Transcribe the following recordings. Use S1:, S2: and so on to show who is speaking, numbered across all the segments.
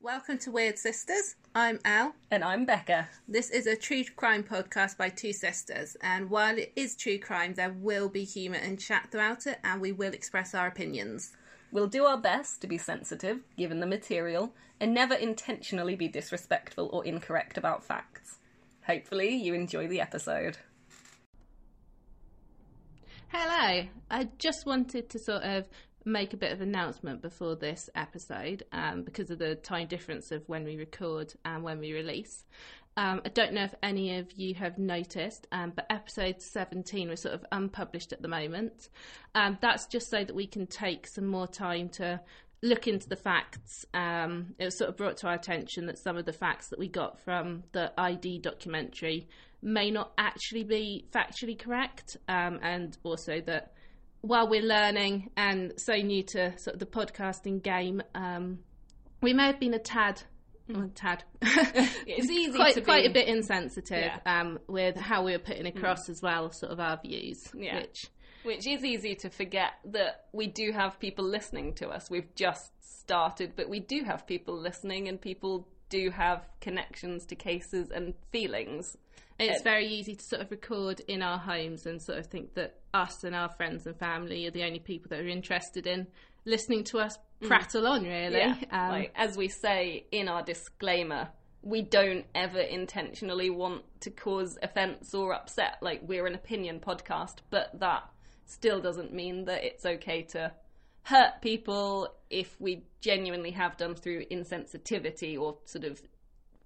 S1: Welcome to Weird Sisters. I'm Al.
S2: And I'm Becca.
S1: This is a true crime podcast by two sisters, and while it is true crime, there will be humour and chat throughout it, and we will express our opinions.
S2: We'll do our best to be sensitive, given the material, and never intentionally be disrespectful or incorrect about facts. Hopefully, you enjoy the episode.
S1: Hello. I just wanted to sort of make a bit of announcement before this episode um, because of the time difference of when we record and when we release. Um, I don't know if any of you have noticed, um, but episode 17 was sort of unpublished at the moment. Um, that's just so that we can take some more time to look into the facts. Um, it was sort of brought to our attention that some of the facts that we got from the ID documentary may not actually be factually correct, um, and also that while we're learning and so new to sort of the podcasting game, um, we may have been a tad. well, Tad, it's
S2: easy
S1: Hmm. quite,
S2: to
S1: quite
S2: be-
S1: a bit insensitive
S2: Yeah.
S1: um, with how we were putting across as well, sort of our views.
S2: Yeah.
S1: Which
S2: Which is easy to forget that we do have people listening to us. We've just started, but we do have people listening, and people do have connections to cases and feelings.
S1: It's very easy to sort of record in our homes and sort of think that us and our friends and family are the only people that are interested in listening to us prattle on, really.
S2: Yeah,
S1: Um,
S2: like, as we say in our disclaimer, we don't ever intentionally want to cause offence or upset. Like we're an opinion podcast, but that still doesn't mean that it's okay to hurt people if we genuinely have done through insensitivity or sort of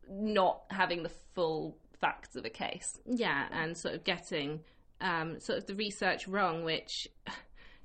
S2: not having the full facts of a case.
S1: yeah, and sort of getting um, sort of the research wrong, which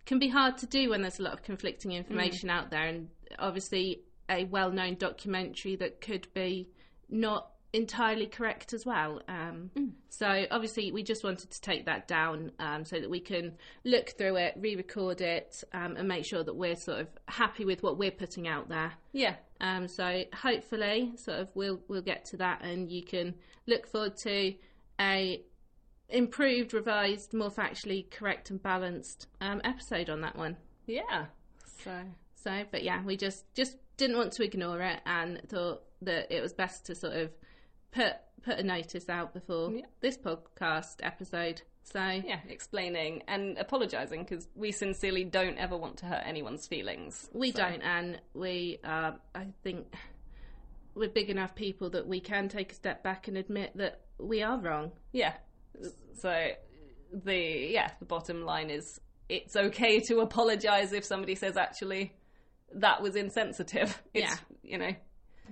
S1: can be hard to do when there's a lot of conflicting information out there, and obviously a well-known documentary that could be not entirely correct as well. Um, So obviously, we just wanted to take that down um, so that we can look through it, re-record it, um, and make sure that we're sort of happy with what we're putting out there.
S2: Yeah.
S1: Um, so hopefully, sort of, we'll we'll get to that, and you can look forward to a improved, revised, more factually correct and balanced um, episode on that one.
S2: Yeah. So
S1: So, but yeah, we just just didn't want to ignore it, and thought that it was best to sort of put put a notice out before
S2: Yeah.
S1: this podcast episode. So
S2: yeah, explaining and apologising because we sincerely don't ever want to hurt anyone's feelings.
S1: We don't, and we are. I think we're big enough people that we can take a step back and admit that we are wrong.
S2: Yeah. So the yeah, the bottom line is it's okay to apologize if somebody says actually that was insensitive. It's,
S1: Yeah.
S2: you know.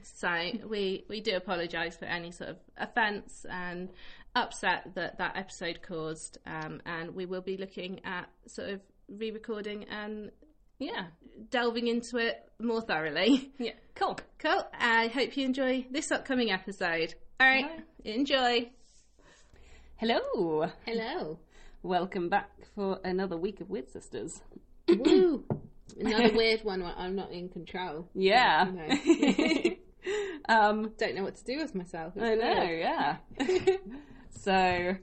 S1: So we we do apologise for any sort of offence and upset that that episode caused, um, and we will be looking at sort of re-recording and
S2: Yeah.
S1: delving into it more thoroughly.
S2: Yeah. Cool.
S1: Cool. I hope you enjoy this upcoming episode. All right, enjoy.
S2: Hello.
S1: Hello.
S2: Welcome back for another week of Weird Sisters.
S1: Woo. Another weird one where I'm not in control.
S2: Yeah. um
S1: Don't know what to do with myself.
S2: I know, yeah. so,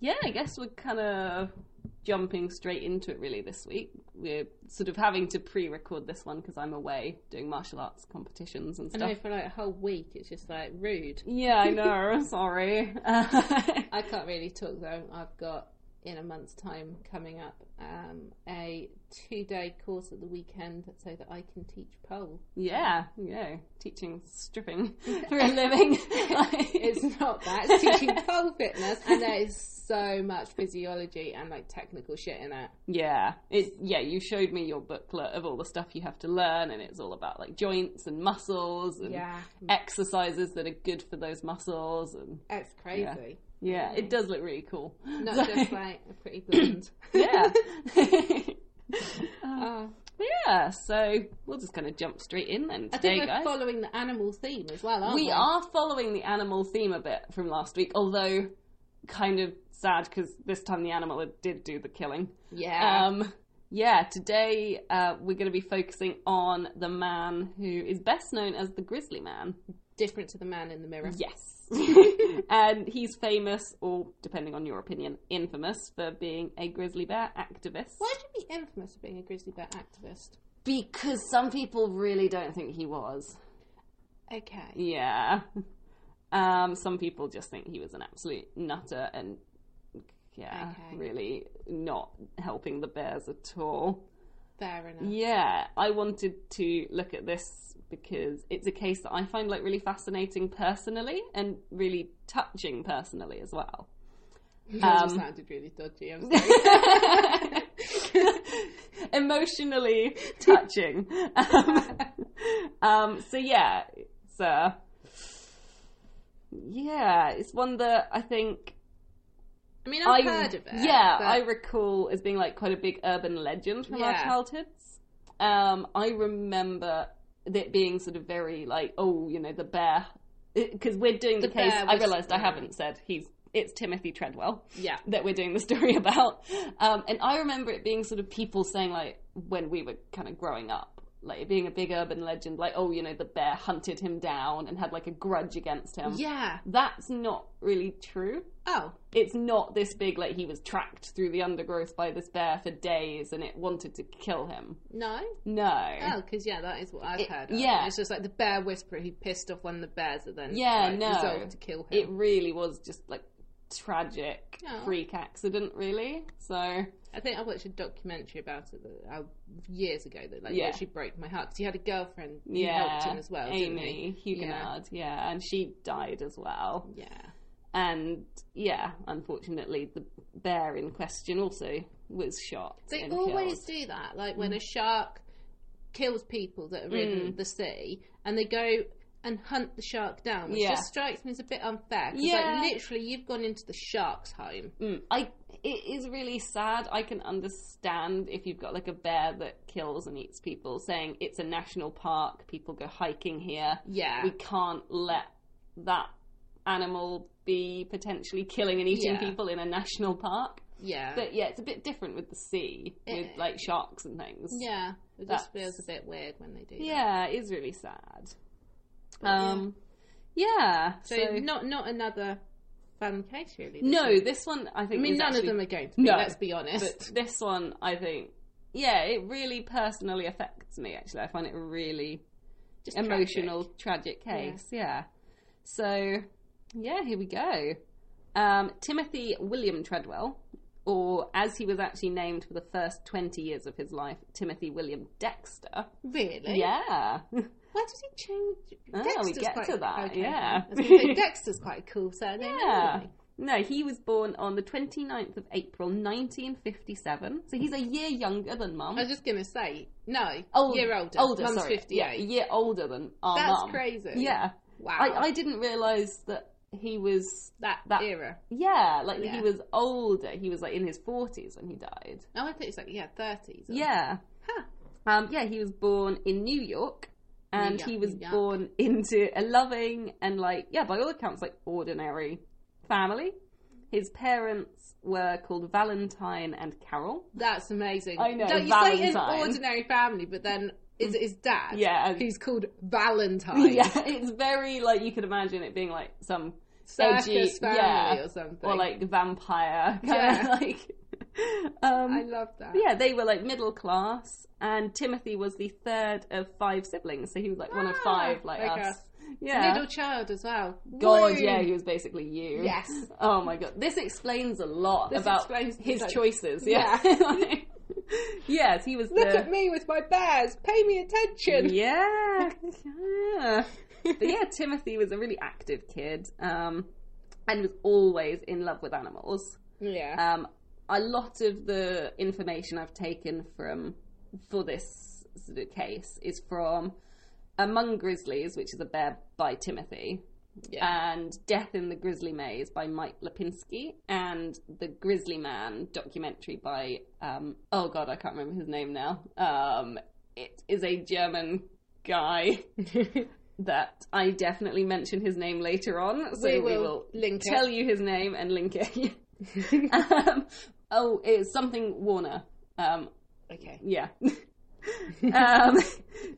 S2: yeah, I guess we're kind of jumping straight into it really this week. We're sort of having to pre record this one because I'm away doing martial arts competitions and
S1: I
S2: stuff.
S1: know for like a whole week it's just like rude.
S2: Yeah, I know, sorry.
S1: I can't really talk though. I've got in a month's time coming up um, a two day course at the weekend so that I can teach pole.
S2: yeah, yeah, teaching stripping for a living.
S1: It's not that, it's teaching pole fitness and there is so much physiology and like technical shit in it.
S2: Yeah, it. Yeah, you showed me your booklet of all the stuff you have to learn, and it's all about like joints and muscles and
S1: Yeah.
S2: exercises that are good for those muscles. And
S1: That's crazy.
S2: yeah, it does look really cool. So,
S1: Mm. Not just like a pretty blonde.
S2: yeah,
S1: Oh.
S2: yeah. So we'll just kind of jump straight in then
S1: I think
S2: today,
S1: we're
S2: guys.
S1: following the animal theme as well, aren't we?
S2: we are following the animal theme a bit from last week, although kind of sad because this time the animal did do the killing.
S1: Yeah.
S2: Um, yeah, today uh, we're going to be focusing on the man who is best known as the Grizzly Man.
S1: Different to the man in the mirror.
S2: Yes. and he's famous, or depending on your opinion, infamous for being a grizzly bear activist.
S1: Why should be infamous for being a grizzly bear activist?
S2: Because some people really don't think he was.
S1: Okay.
S2: Yeah. Um, some people just think he was an absolute nutter and yeah,
S1: Okay.
S2: really not helping the bears at all.
S1: Fair enough.
S2: Yeah, I wanted to look at this because it's a case that I find like really fascinating personally and really touching personally as well.
S1: That
S2: Um,
S1: just sounded really dodgy. I'm sorry.
S2: Emotionally touching. um, um, so yeah, it's uh, yeah, it's one that I think
S1: I mean, I've
S2: I-
S1: heard of it.
S2: Yeah,
S1: but-
S2: I recall as being like quite a big urban legend from our
S1: Yeah.
S2: childhoods. Um, I remember it being sort of very like, oh, you know, the bear. Because we're doing the,
S1: The
S2: case.
S1: bear
S2: I
S1: was-
S2: realised I haven't said he's. It's Timothy Treadwell
S1: yeah.
S2: that we're doing the story about. Um, and I remember it being sort of people saying, like, when we were kind of growing up, like it being a big urban legend, like, oh, you know, the bear hunted him down and had like a grudge against him.
S1: Yeah.
S2: That's not really true.
S1: Oh.
S2: It's not this big, like, he was tracked through the undergrowth by this bear for days and it wanted to kill him.
S1: No.
S2: No.
S1: Oh, because yeah, that is what I've
S2: It-
S1: heard. Of.
S2: yeah.
S1: It's just like the bear whisperer who pissed off one of the bears and then
S2: Yeah,
S1: like,
S2: no.
S1: resolved to kill
S2: It
S1: him.
S2: really was just like tragic
S1: Oh.
S2: freak accident, really. So,
S1: I think I watched a documentary about it that, uh, years ago that like
S2: Yeah.
S1: actually broke my heart because he had a girlfriend who
S2: yeah.
S1: helped him as well, didn't he?
S2: Amy Huguenard, yeah. and she died as well.
S1: Yeah.
S2: And yeah, unfortunately, the bear in question also was shot.
S1: They
S2: and
S1: always
S2: killed. Mm.
S1: do that, like when a shark kills people that are in the sea, and they go and hunt the shark down, which
S2: Yeah.
S1: just strikes me as a bit unfair. 'cause,
S2: Yeah.
S1: like literally, you've gone into the shark's home.
S2: Mm, I it is really sad. I can understand if you've got like a bear that kills and eats people, saying it's a national park, people go hiking here.
S1: Yeah,
S2: We can't let that animal be potentially killing and eating
S1: Yeah.
S2: people in a national park.
S1: yeah,
S2: But yeah, it's a bit different with the sea, with
S1: Eh.
S2: like sharks and things.
S1: yeah. It
S2: That's-
S1: just feels a bit weird when they do. that.
S2: Yeah, it is really sad.
S1: But, yeah.
S2: Um, yeah.
S1: So, not not another fun case really. this
S2: no,
S1: one.
S2: this one I
S1: I
S2: think.
S1: mean
S2: is
S1: none
S2: actually-
S1: of them are going to be.
S2: No,
S1: let's be honest.
S2: But this one, I think, yeah, it really personally affects me. Actually, I find it a really
S1: Just
S2: emotional,
S1: tragic.
S2: tragic, case. Yeah. So, yeah, here we go. Um, Timothy William Treadwell, or as he was actually named for the first twenty years of his life, Timothy William Dexter.
S1: Really?
S2: Yeah.
S1: Why did he change?
S2: Oh, we get
S1: quite...
S2: to that,
S1: Okay,
S2: yeah.
S1: I was gonna say, Dexter's quite a cool surname.
S2: Yeah.
S1: anyway.
S2: No, he was born on the 29th of April 1957. So he's a year younger than mum.
S1: I was just gonna say no.
S2: Old-
S1: year older.
S2: Older,
S1: Mum's
S2: sorry. Yeah, a
S1: fifty-eight.
S2: year older than our
S1: That's
S2: mum.
S1: crazy.
S2: Yeah.
S1: Wow.
S2: I, I didn't realise that he was,
S1: that,
S2: that-
S1: era.
S2: yeah, like that
S1: Yeah.
S2: he was older. He was like in his 40s when he died.
S1: No, I think it's like yeah, thirties.
S2: Yeah.
S1: Huh.
S2: Um, yeah, he was born in New York. And
S1: New
S2: he
S1: York,
S2: was
S1: New York.
S2: born into a loving and, like, yeah, by all accounts, like, ordinary family. His parents were called Valentine and Carol.
S1: That's amazing.
S2: I know,
S1: Like, you say an
S2: Valentine.
S1: ordinary family, but then is it his dad?
S2: Yeah.
S1: Who's called Valentine?
S2: Yeah, it's very, like, you could imagine it being, like, some
S1: Circus
S2: edgy-
S1: family
S2: Oh, yeah.
S1: or something.
S2: or like vampire kind
S1: Yeah.
S2: of like um
S1: I love that.
S2: yeah they were like middle class and timothy was the third of five siblings so he was like one of
S1: Ah,
S2: five like us yeah
S1: Middle child as well.
S2: god
S1: Woo!
S2: yeah he was basically you
S1: Yes.
S2: oh my god this explains a lot
S1: This
S2: about
S1: explains the
S2: his
S1: type-
S2: choices yeah, yes he was
S1: Look
S2: the
S1: at me with my bears. Pay me attention.
S2: yeah, yeah. But yeah, Timothy was a really active kid, um, and was always in love with animals.
S1: Yeah.
S2: Um, a lot of the information I've taken from for this sort of case is from Among Grizzlies, which is a bear by Timothy,
S1: yeah.
S2: and Death in the Grizzly Maze by Mike Lipinski, and the Grizzly Man documentary by um, oh god, I can't remember his name now. Um, it is a German guy that I definitely mention his name later on, so
S1: We
S2: we will,
S1: will link it.
S2: tell you his name and link it. um, oh, it's something Warner. Um,
S1: okay.
S2: yeah. um,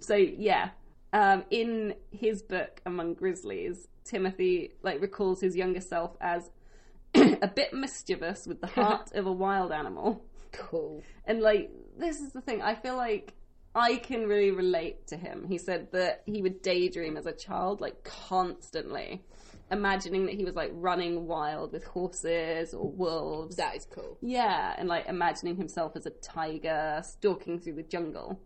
S2: so yeah, um, in his book Among Grizzlies, Timothy like recalls his younger self as a bit mischievous with the heart of a wild animal,
S1: Cool.
S2: and like this is the thing. I feel like I can really relate to him. He said that he would daydream as a child, like constantly, imagining that he was like running wild with horses or wolves.
S1: That is cool.
S2: Yeah, and like imagining himself as a tiger stalking through the jungle.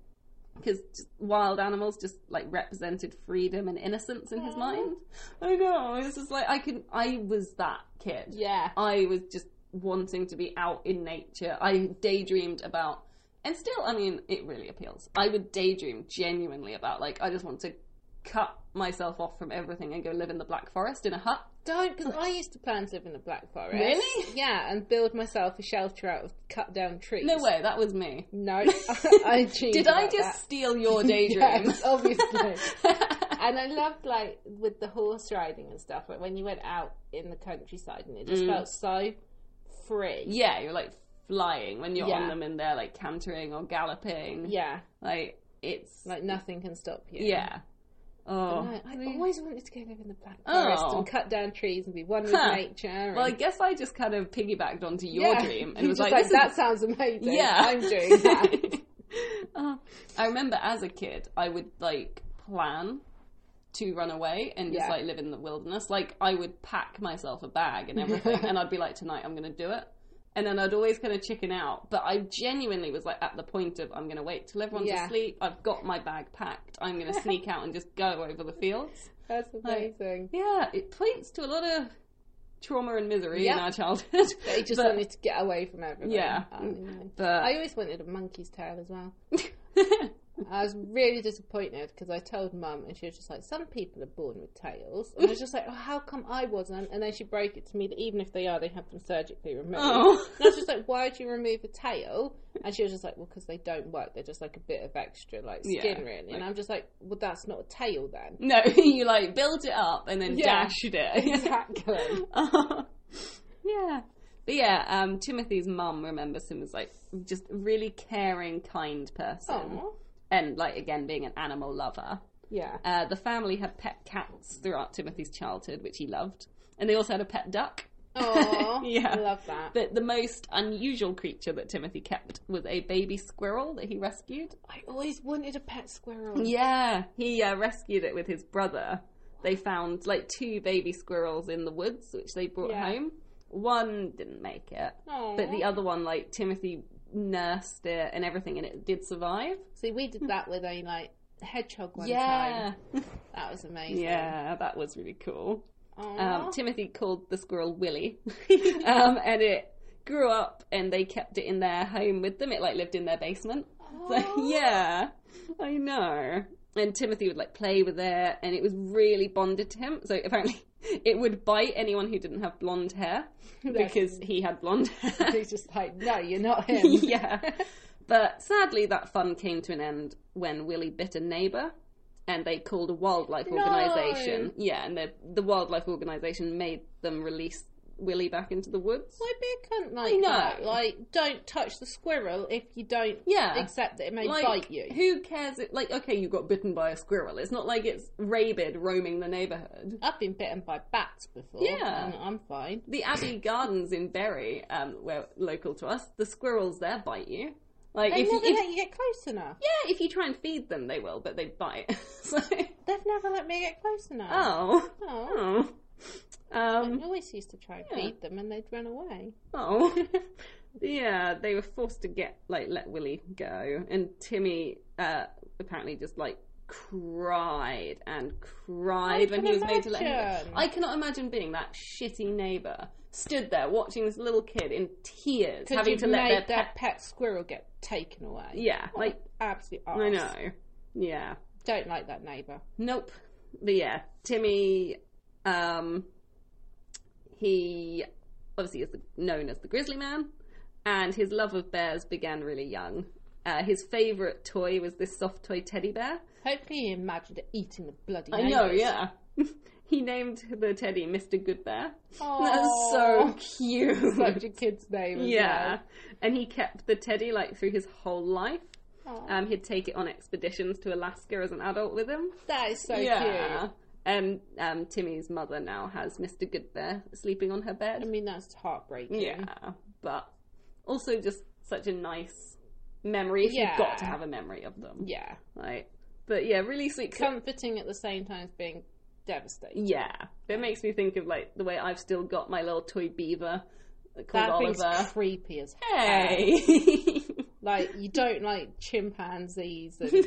S2: Because wild animals just like represented freedom and innocence in his
S1: Aw.
S2: mind. I know. It's just like I can. I was that kid.
S1: Yeah.
S2: I was just wanting to be out in nature. I daydreamed about, and still, I mean, it really appeals. I would daydream genuinely about, like, I just want to cut myself off from everything and go live in the Black Forest in a hut.
S1: Don't, because I used to plan to live in the Black Forest.
S2: Really?
S1: Yeah, and build myself a shelter out of cut down trees.
S2: No way, that was me.
S1: No, I cheated.
S2: Did I
S1: about
S2: just
S1: that.
S2: steal your daydream?
S1: Yes, Oh. obviously. and I loved like with the horse riding and stuff, like when you went out in the countryside and it just
S2: Mm.
S1: felt so free.
S2: yeah, you're like flying when you're
S1: Yeah.
S2: on them and they're like cantering or galloping.
S1: Yeah,
S2: Like, it's.
S1: like nothing can stop you.
S2: yeah. Oh.
S1: No, I
S2: We-
S1: always wanted to go live in the Black
S2: Oh.
S1: Forest and cut down trees and be one with
S2: Huh.
S1: nature. And...
S2: Well, I guess I just kind of piggybacked onto your
S1: Yeah.
S2: dream and
S1: You're
S2: was
S1: just
S2: like,
S1: like,
S2: this is-
S1: that sounds amazing.
S2: yeah,
S1: I'm doing that.
S2: Oh. I remember as a kid, I would like plan to run away and just
S1: Yeah.
S2: like live in the wilderness. Like I would pack myself a bag and everything, and I'd be like, tonight I'm going to do it. And then I'd always kind of chicken out, but I genuinely was like at the point of I'm going to wait till everyone's
S1: Yeah.
S2: asleep. I've got my bag packed. I'm going to sneak out and just go over the fields.
S1: That's amazing.
S2: Yeah, it points to a lot of trauma and misery in
S1: Yeah.
S2: our childhood.
S1: But he just
S2: But-
S1: wanted to get away from everyone.
S2: Yeah. Mm.
S1: Oh, no. I
S2: but
S1: always wanted a monkey's tail as well. I was really disappointed because I told mum, and she was just like, "Some people are born with tails," and I was just like, oh, "How come I wasn't?" And then she broke it to me that even if they are, they have them surgically removed.
S2: oh,
S1: And I was just like, "Why do you remove a tail?" And she was just like, "Well, because they don't work. They're just like a bit of extra, like
S2: Yeah,
S1: skin, really." And
S2: like-
S1: I'm just like, "Well, that's not a tail then."
S2: No, you like built it up and then
S1: Yeah.
S2: dashed it.
S1: Exactly.
S2: yeah. But yeah, um, Timothy's mum remembers him as like just a really caring, kind person.
S1: Aw.
S2: And like again being an animal lover.
S1: Yeah.
S2: Uh, the family had pet cats throughout Timothy's childhood, which he loved. And they also had a pet duck.
S1: Oh,
S2: Yeah.
S1: I love that.
S2: But the most unusual creature that Timothy kept was a baby squirrel that he rescued.
S1: I always wanted a pet squirrel.
S2: Yeah, he uh, rescued it with his brother. They found like two baby squirrels in the woods, which they brought
S1: Yeah.
S2: home. One didn't make it,
S1: Aw.
S2: but the other one, like Timothy, nursed it and everything, and it did survive.
S1: See, we did that with a like hedgehog one time.
S2: Hmm. yeah,
S1: That was amazing.
S2: yeah, that was really cool.
S1: Aw.
S2: Um, Timothy called the squirrel Willie, um, and it grew up, and they kept it in their home with them. It like lived in their basement. So,
S1: Aw.
S2: yeah, I know. And Timothy would like play with it, and it was really bonded to him. So apparently, it would bite anyone who didn't have blonde hair
S1: That's-
S2: because he had blonde hair.
S1: He's just like, no, you're not him.
S2: yeah, but sadly, that fun came to an end when Willie bit a neighbor, and they called a wildlife
S1: No.
S2: organization. Yeah, and the the wildlife organization made them release Willie back into the woods.
S1: Why be a cunt like
S2: I know.
S1: that? Like, don't touch the squirrel if you don't
S2: Yeah.
S1: accept that it may
S2: like,
S1: bite you.
S2: Who cares? It, like, okay, you got bitten by a squirrel. It's not like it's rabid roaming the neighbourhood.
S1: I've been bitten by bats before.
S2: Yeah.
S1: and I'm fine.
S2: The Abbey Gardens in Bury, um, where local to us, the squirrels there bite you. Like,
S1: They
S2: if you,
S1: never
S2: if,
S1: let you get close enough.
S2: yeah, if you try and feed them, they will, but they bite. so,
S1: They've never let me get close enough.
S2: oh,
S1: Oh.
S2: oh,
S1: I
S2: um,
S1: always used to try and
S2: Yeah.
S1: feed them and they'd run away.
S2: oh, yeah. They were forced to get like let Willie go, and Timmy uh, apparently just like cried and cried when
S1: can
S2: he was made to let him go.
S1: imagine.
S2: I cannot imagine being that shitty neighbour stood there watching this little kid in tears,
S1: Because
S2: having
S1: you've
S2: to
S1: made
S2: let their
S1: their,
S2: pet.
S1: pet squirrel get taken away.
S2: Yeah, like
S1: Absolute arse.
S2: I know. Yeah,
S1: Don't like that neighbour.
S2: nope. But yeah, Timmy. Um, he obviously is the, known as the Grizzly Man, and his love of bears began really young. Uh, his favourite toy was this soft toy teddy bear.
S1: Hopefully he imagined it eating the bloody
S2: I know,
S1: neighbours.
S2: yeah. he named the teddy Mr. Good Bear.
S1: Aw.
S2: That's so cute.
S1: such a kid's name. As
S2: Yeah, and he kept the teddy like through his whole life.
S1: well. Aw.
S2: Um, he'd take it on expeditions to Alaska as an adult with him.
S1: that is so cute.
S2: And um, Timmy's mother now has Mr. Good Bear sleeping on her
S1: I
S2: bed.
S1: mean, that's heartbreaking.
S2: Yeah, but also just such a nice memory if you've got to
S1: Yeah.
S2: have a memory of them.
S1: Yeah.
S2: Like, but yeah, really sweet.
S1: Comforting at the same time as being devastating.
S2: yeah, it makes me think of like the way I've still got my little toy beaver called
S1: That thing's
S2: Oliver.
S1: creepy as hell.
S2: Hey.
S1: Like, you don't like chimpanzees and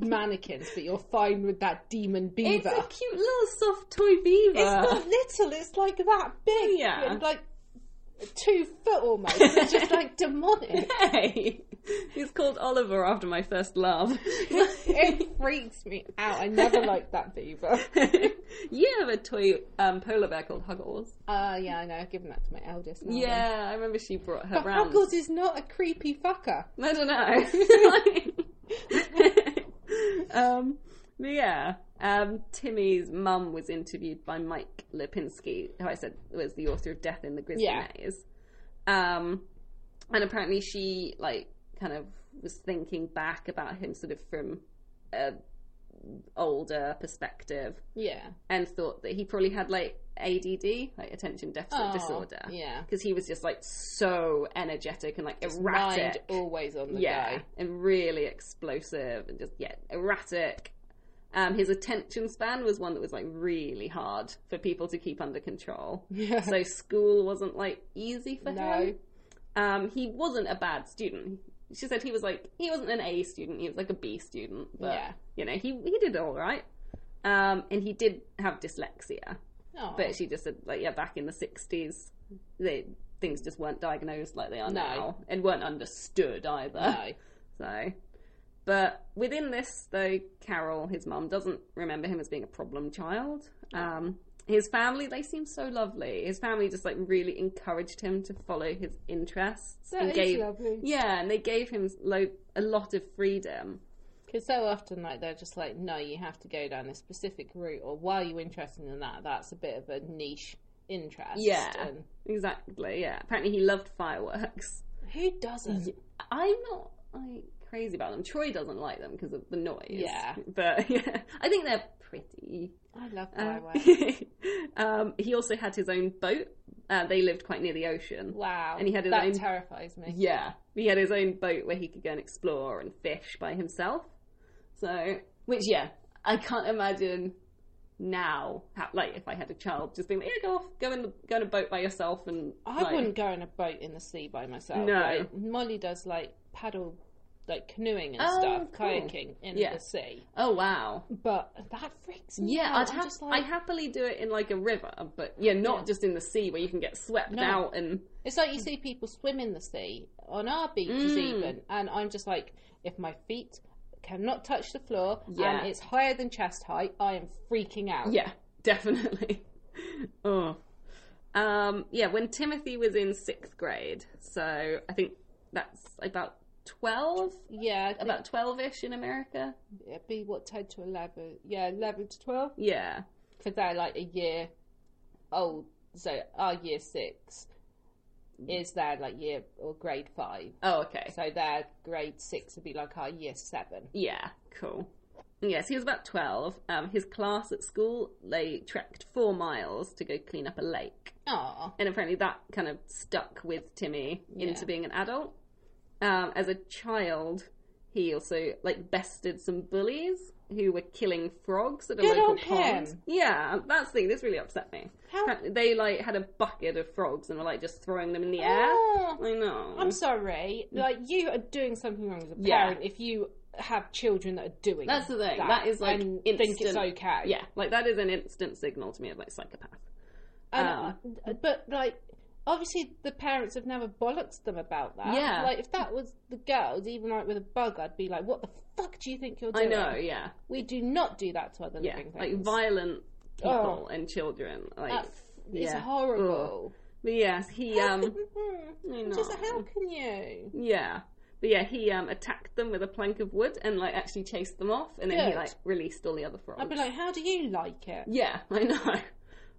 S1: mannequins, but you're fine with that demon
S2: It's
S1: beaver.
S2: a cute little soft toy beaver.
S1: It's not little, it's like that big.
S2: Yeah.
S1: and, Like two foot almost. It's just like demonic.
S2: Hey, he's called Oliver after my first love.
S1: It freaks me out. I never liked that beaver.
S2: you have a toy um, polar bear called Huggles.
S1: Uh, yeah, I know. I've given that to my eldest. now.
S2: Yeah, I remember she brought her
S1: But
S2: round.
S1: Huggles is not a creepy fucker.
S2: I don't know. um, but yeah. Um, Timmy's mum was interviewed by Mike Lipinski, who I said was the author of Death in the Grizzly
S1: Yeah.
S2: Maze. Um, and apparently she like kind of was thinking back about him sort of from a older perspective
S1: Yeah.
S2: and thought that he probably had like ADD, like attention deficit
S1: Oh,
S2: disorder.
S1: Yeah.
S2: Because he was just like so energetic and like erratic
S1: Mind always on the
S2: yeah,
S1: guy.
S2: and really explosive and just yeah, erratic. Um, his attention span was one that was like really hard for people to keep under control.
S1: Yeah.
S2: So school wasn't like easy for
S1: no.
S2: him. Um, he wasn't a bad student. She said he was like he wasn't an A student. He was like a B student, but
S1: Yeah.
S2: you know he he did all right. Um, and he did have dyslexia,
S1: Oh,
S2: but she just said like yeah, back in the sixties, they things just weren't diagnosed like they are
S1: No.
S2: now and weren't understood either.
S1: no.
S2: So, but within this, though, Carol, his mum, doesn't remember him as being a problem child. Um, his family, they seem so lovely. His family just like really encouraged him to follow his interests
S1: That
S2: and
S1: is
S2: gave
S1: lovely.
S2: yeah, and they gave him lo- a lot of freedom.
S1: Because so often, like, they're just like, no, you have to go down this specific route, or why are you interested in that? That's a bit of a niche interest.
S2: Yeah.
S1: And
S2: Exactly. Yeah. Apparently, he loved fireworks.
S1: who doesn't?
S2: I'm not like crazy about them. Troy doesn't like them because of the noise.
S1: Yeah.
S2: But yeah, I think they're pretty.
S1: I love
S2: Um,
S1: fireworks.
S2: um, he also had his own boat. Uh, they lived quite near the ocean.
S1: wow.
S2: and he had his
S1: that
S2: own-
S1: terrifies me.
S2: Yeah, he had his own boat where he could go and explore and fish by himself. So, which yeah, I can't imagine now. How, like if I had a child, just being like, yeah, go off, go in, go in a boat by yourself, and
S1: I
S2: like,
S1: wouldn't go on a boat in the sea by myself.
S2: No.
S1: Like, Molly does like paddle, like canoeing and
S2: Oh,
S1: stuff,
S2: cool.
S1: kayaking in
S2: Yeah.
S1: the sea.
S2: Oh wow.
S1: But that freaks me
S2: Yeah,
S1: out.
S2: I'd
S1: I'm
S2: have,
S1: just like,
S2: I happily do it in like a river, but yeah, not
S1: Yeah.
S2: just in the sea where you can get swept
S1: No.
S2: out and
S1: It's like you see people swim in the sea on our beaches,
S2: Mm.
S1: even, and I'm just like, if my feet cannot touch the floor
S2: Yeah.
S1: and it's higher than chest height, I am freaking out.
S2: Yeah, definitely. oh. Um, yeah, when Timothy was in sixth grade, so I think that's about 12,
S1: yeah. I think
S2: about 12 ish in America.
S1: it'd be what ten to eleven? Yeah, eleven to twelve,
S2: Yeah.
S1: because they're like a year old. So our year six is their like year or grade five.
S2: Oh, okay.
S1: So their grade six would be like our year seven.
S2: Yeah, cool. Yes, he was about 12. Um, his class at school, they trekked four miles to go clean up a lake.
S1: Oh,
S2: And apparently that kind of stuck with Timmy into
S1: Yeah.
S2: being an adult. Um, as a child, he also like bested some bullies who were killing frogs at a
S1: Good
S2: local
S1: on
S2: pond.
S1: him.
S2: Yeah, that's the thing. This really upset me.
S1: How-
S2: Apparently They like had a bucket of frogs and were like just throwing them in the air.
S1: Oh.
S2: I know.
S1: I'm sorry. Like you are doing something wrong as a
S2: Yeah.
S1: parent if you have children that are doing.
S2: That's the thing. that is like
S1: and
S2: instant.
S1: think it's okay.
S2: Yeah, like that is an instant signal to me of like psychopath.
S1: And,
S2: um,
S1: uh, but like, obviously the parents have never bollocked them about that.
S2: Yeah.
S1: Like if that was the girls, even like with a bug, I'd be like, "What the fuck do you think you're
S2: I
S1: doing?"
S2: know. Yeah,
S1: We do not do that to other
S2: yeah.
S1: living
S2: Like
S1: things.
S2: violent
S1: Oh.
S2: people and children. Like
S1: That f- is
S2: yeah.
S1: horrible. Mm-hmm.
S2: But yes, he um I know.
S1: Just how can you?
S2: yeah. But yeah, he um attacked them with a plank of wood and like actually chased them off and then he
S1: Good.
S2: like released all the other frogs.
S1: I'd be like, "How do you like it?"
S2: yeah, I know.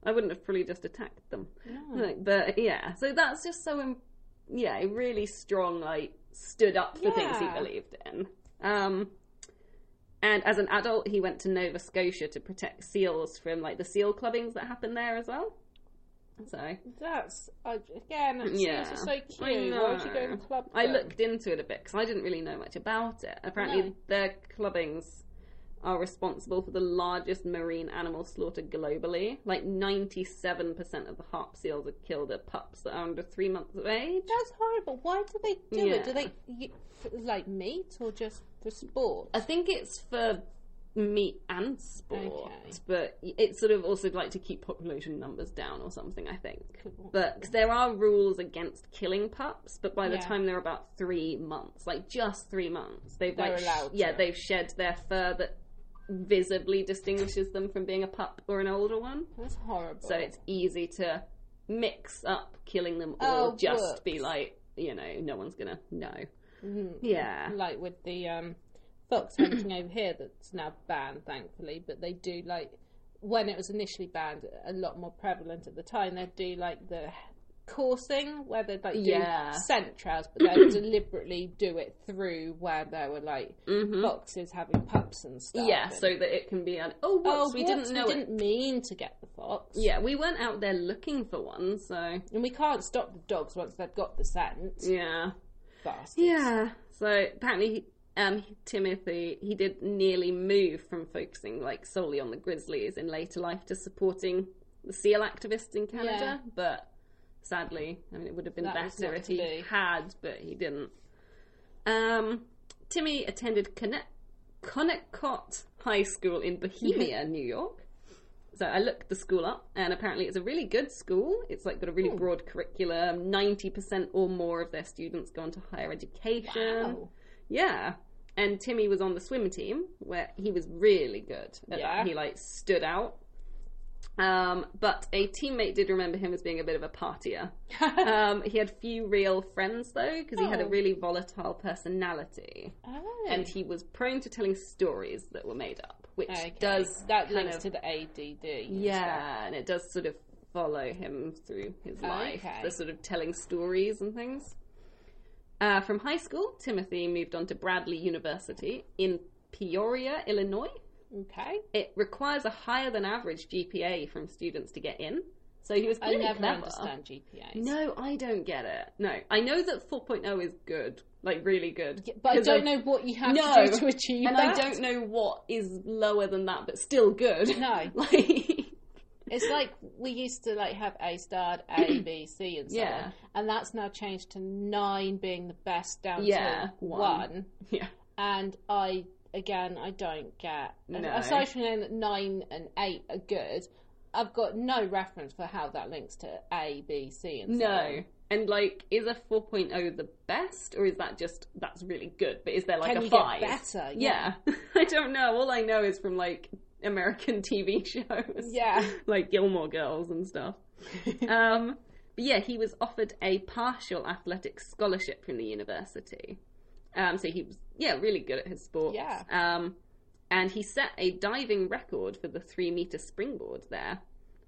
S2: I wouldn't have probably just attacked them. Like, but yeah, so that's just so im- yeah, he really strong like stood up for things he
S1: Yeah.
S2: believed in. Um and as an adult, he went to Nova Scotia to protect seals from like the seal clubbings that happened there as well. So
S1: That's I, again. It
S2: Yeah.
S1: seems so cute.
S2: I
S1: Why would you
S2: know.
S1: go and club?
S2: I
S1: them?
S2: looked into it a bit because I didn't really know much about it. Apparently,
S1: No.
S2: their clubbings are responsible for the largest marine animal slaughter globally. Like 97% of the harp seals are killed at pups that are under three months of age.
S1: That's horrible. Why do they do it? Do
S2: Yeah.
S1: they y- f- like meat or just for sport?
S2: I think it's for meat and sport,
S1: Okay.
S2: but it's sort of also like to keep population numbers down or something, I think.
S1: Cool.
S2: But 'cause there are rules against killing pups, but by the
S1: Yeah.
S2: time they're about three months, like just three months, they've
S1: They're
S2: like sh-
S1: allowed
S2: yeah,
S1: to.
S2: they've shed their fur that visibly distinguishes them from being a pup or an older one.
S1: That's horrible.
S2: So it's easy to mix up killing them or
S1: Oh,
S2: just
S1: whoops.
S2: be like, you know, no one's gonna know.
S1: Mhm.
S2: Yeah.
S1: like with the um, fox hunting over here that's now banned, thankfully. But they do like when it was initially banned, a lot more prevalent at the time. They'd do like the coursing where they'd like do
S2: Yeah.
S1: scent trails, but they would deliberately do it through where there were like
S2: Mm-hmm.
S1: foxes having pups and stuff.
S2: Yeah,
S1: and-
S2: so that it can be an oh,
S1: oh,
S2: whoops, we didn't know
S1: we
S2: it.
S1: didn't mean to get the fox.
S2: Yeah, we weren't out there looking for one, so
S1: and we can't stop the dogs once they've got the scent.
S2: yeah,
S1: Bastards.
S2: yeah. So apparently, um, Timothy he did nearly move from focusing like solely on the grizzlies in later life to supporting the seal activists in Canada, but sadly, I mean, it would have been
S1: That was
S2: better
S1: not
S2: if
S1: to
S2: he
S1: be.
S2: had, but he didn't. Um, Timmy attended Conne- Connecticut High School in Bohemia,
S1: Mm-hmm.
S2: New York. So I looked the school up, and apparently it's a really good school. It's like got a really
S1: Hmm.
S2: broad curriculum. Ninety percent or more of their students go on to higher education.
S1: Wow.
S2: Yeah. And Timmy was on the swim team where he was really good. At
S1: Yeah.
S2: that. He like stood out. Um, but a teammate did remember him as being a bit of a partier. um, he had few real friends though because he had a
S1: Oh.
S2: really volatile personality,
S1: Oh.
S2: and he was prone to telling stories that were made up, which
S1: Okay,
S2: does
S1: that
S2: kind
S1: links
S2: of-
S1: to the ADD? and stuff.
S2: yeah, and it does sort of follow him through his life.
S1: Okay.
S2: The sort of telling stories and things. Uh, from high school, Timothy moved on to Bradley University in Peoria, Illinois.
S1: Okay.
S2: It requires a higher than average GPA from students to get in, so he was
S1: I
S2: clearly
S1: never
S2: clever.
S1: understand GPAs.
S2: No, I don't get it. No, I know that 4.0 is good, like really good,
S1: Yeah, But I
S2: because
S1: don't
S2: I've-
S1: know what you have
S2: No,
S1: to do to achieve
S2: and
S1: that.
S2: I don't know what is lower than that, but still good.
S1: No.
S2: like
S1: It's like we used to like have A starred, A, B, C, and so
S2: Yeah.
S1: on, and that's now changed to nine being the best down
S2: Yeah,
S1: to
S2: one.
S1: one.
S2: yeah.
S1: And I again, I don't get. and
S2: No.
S1: Aside from knowing that nine and eight are good, I've got no reference for how that links to A, B, C, and so
S2: No. And like, is a 4.0 the best, or is that just that's really good? But is there like
S1: Can
S2: a
S1: you get
S2: five?
S1: better?
S2: Yeah, I don't know. All I know is from like American TV shows.
S1: Yeah.
S2: like Gilmore Girls and stuff. um, but yeah, he was offered a partial athletic scholarship from the university. Um, so he was yeah really good at his sports.
S1: Yeah.
S2: Um, and he set a diving record for the three meter springboard there.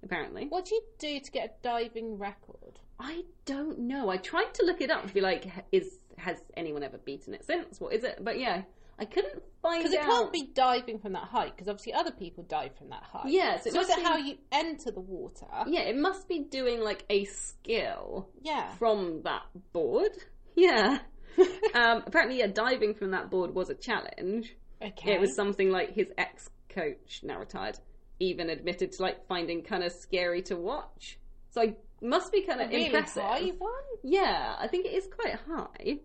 S2: Apparently.
S1: What do you do to get a diving record?
S2: I don't know. I tried to look it up to be like, h- is has anyone ever beaten it since? What is it? But yeah, I couldn't find
S1: Because it
S2: out.
S1: can't be diving from that height, because obviously other people dive from that height.
S2: Yeah, so
S1: So,
S2: it
S1: is
S2: must
S1: it
S2: be-
S1: how you enter the water?
S2: Yeah, it must be doing like a skill
S1: Yeah.
S2: from that board. Yeah. um, apparently, yeah, diving from that board was a challenge.
S1: Okay.
S2: It was something like his ex coach, now retired, even admitted to like finding kind of scary to watch. So I must be kind
S1: a
S2: of
S1: really
S2: impressive.
S1: high one.
S2: Yeah, I think it is quite high.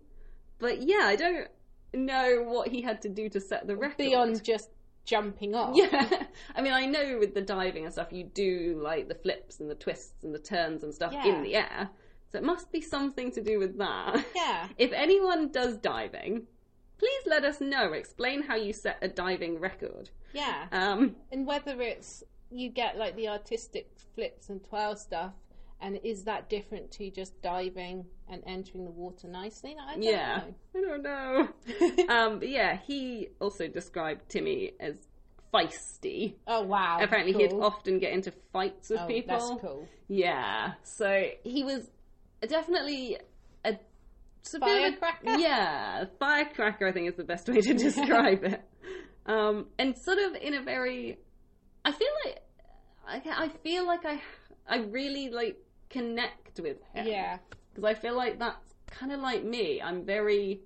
S2: But yeah, I don't know what he had to do to set the record.
S1: Beyond just jumping off.
S2: Yeah. I mean, I know with the diving and stuff, you do like the flips and the twists and the turns and stuff in
S1: Yeah.
S2: the air. So it must be something to do with that.
S1: Yeah.
S2: If anyone does diving, please let us know. Explain how you set a diving record.
S1: Yeah.
S2: Um,
S1: And whether it's you get like the artistic flips and twirl stuff, and is that different to just diving and entering the water nicely? I don't
S2: yeah.
S1: know.
S2: I don't know. um, but yeah, he also described Timmy as feisty.
S1: Oh wow.
S2: Apparently, he'd
S1: cool.
S2: often get into fights with
S1: Oh,
S2: people.
S1: That's cool.
S2: Yeah, so he was definitely a sort of a-
S1: Firecracker?
S2: yeah, firecracker. I think is the best way to describe it. Um, and sort of in a very, I feel like I, I feel like I I really like connect with him.
S1: yeah,
S2: Because I feel like that's kind of like me. I'm very,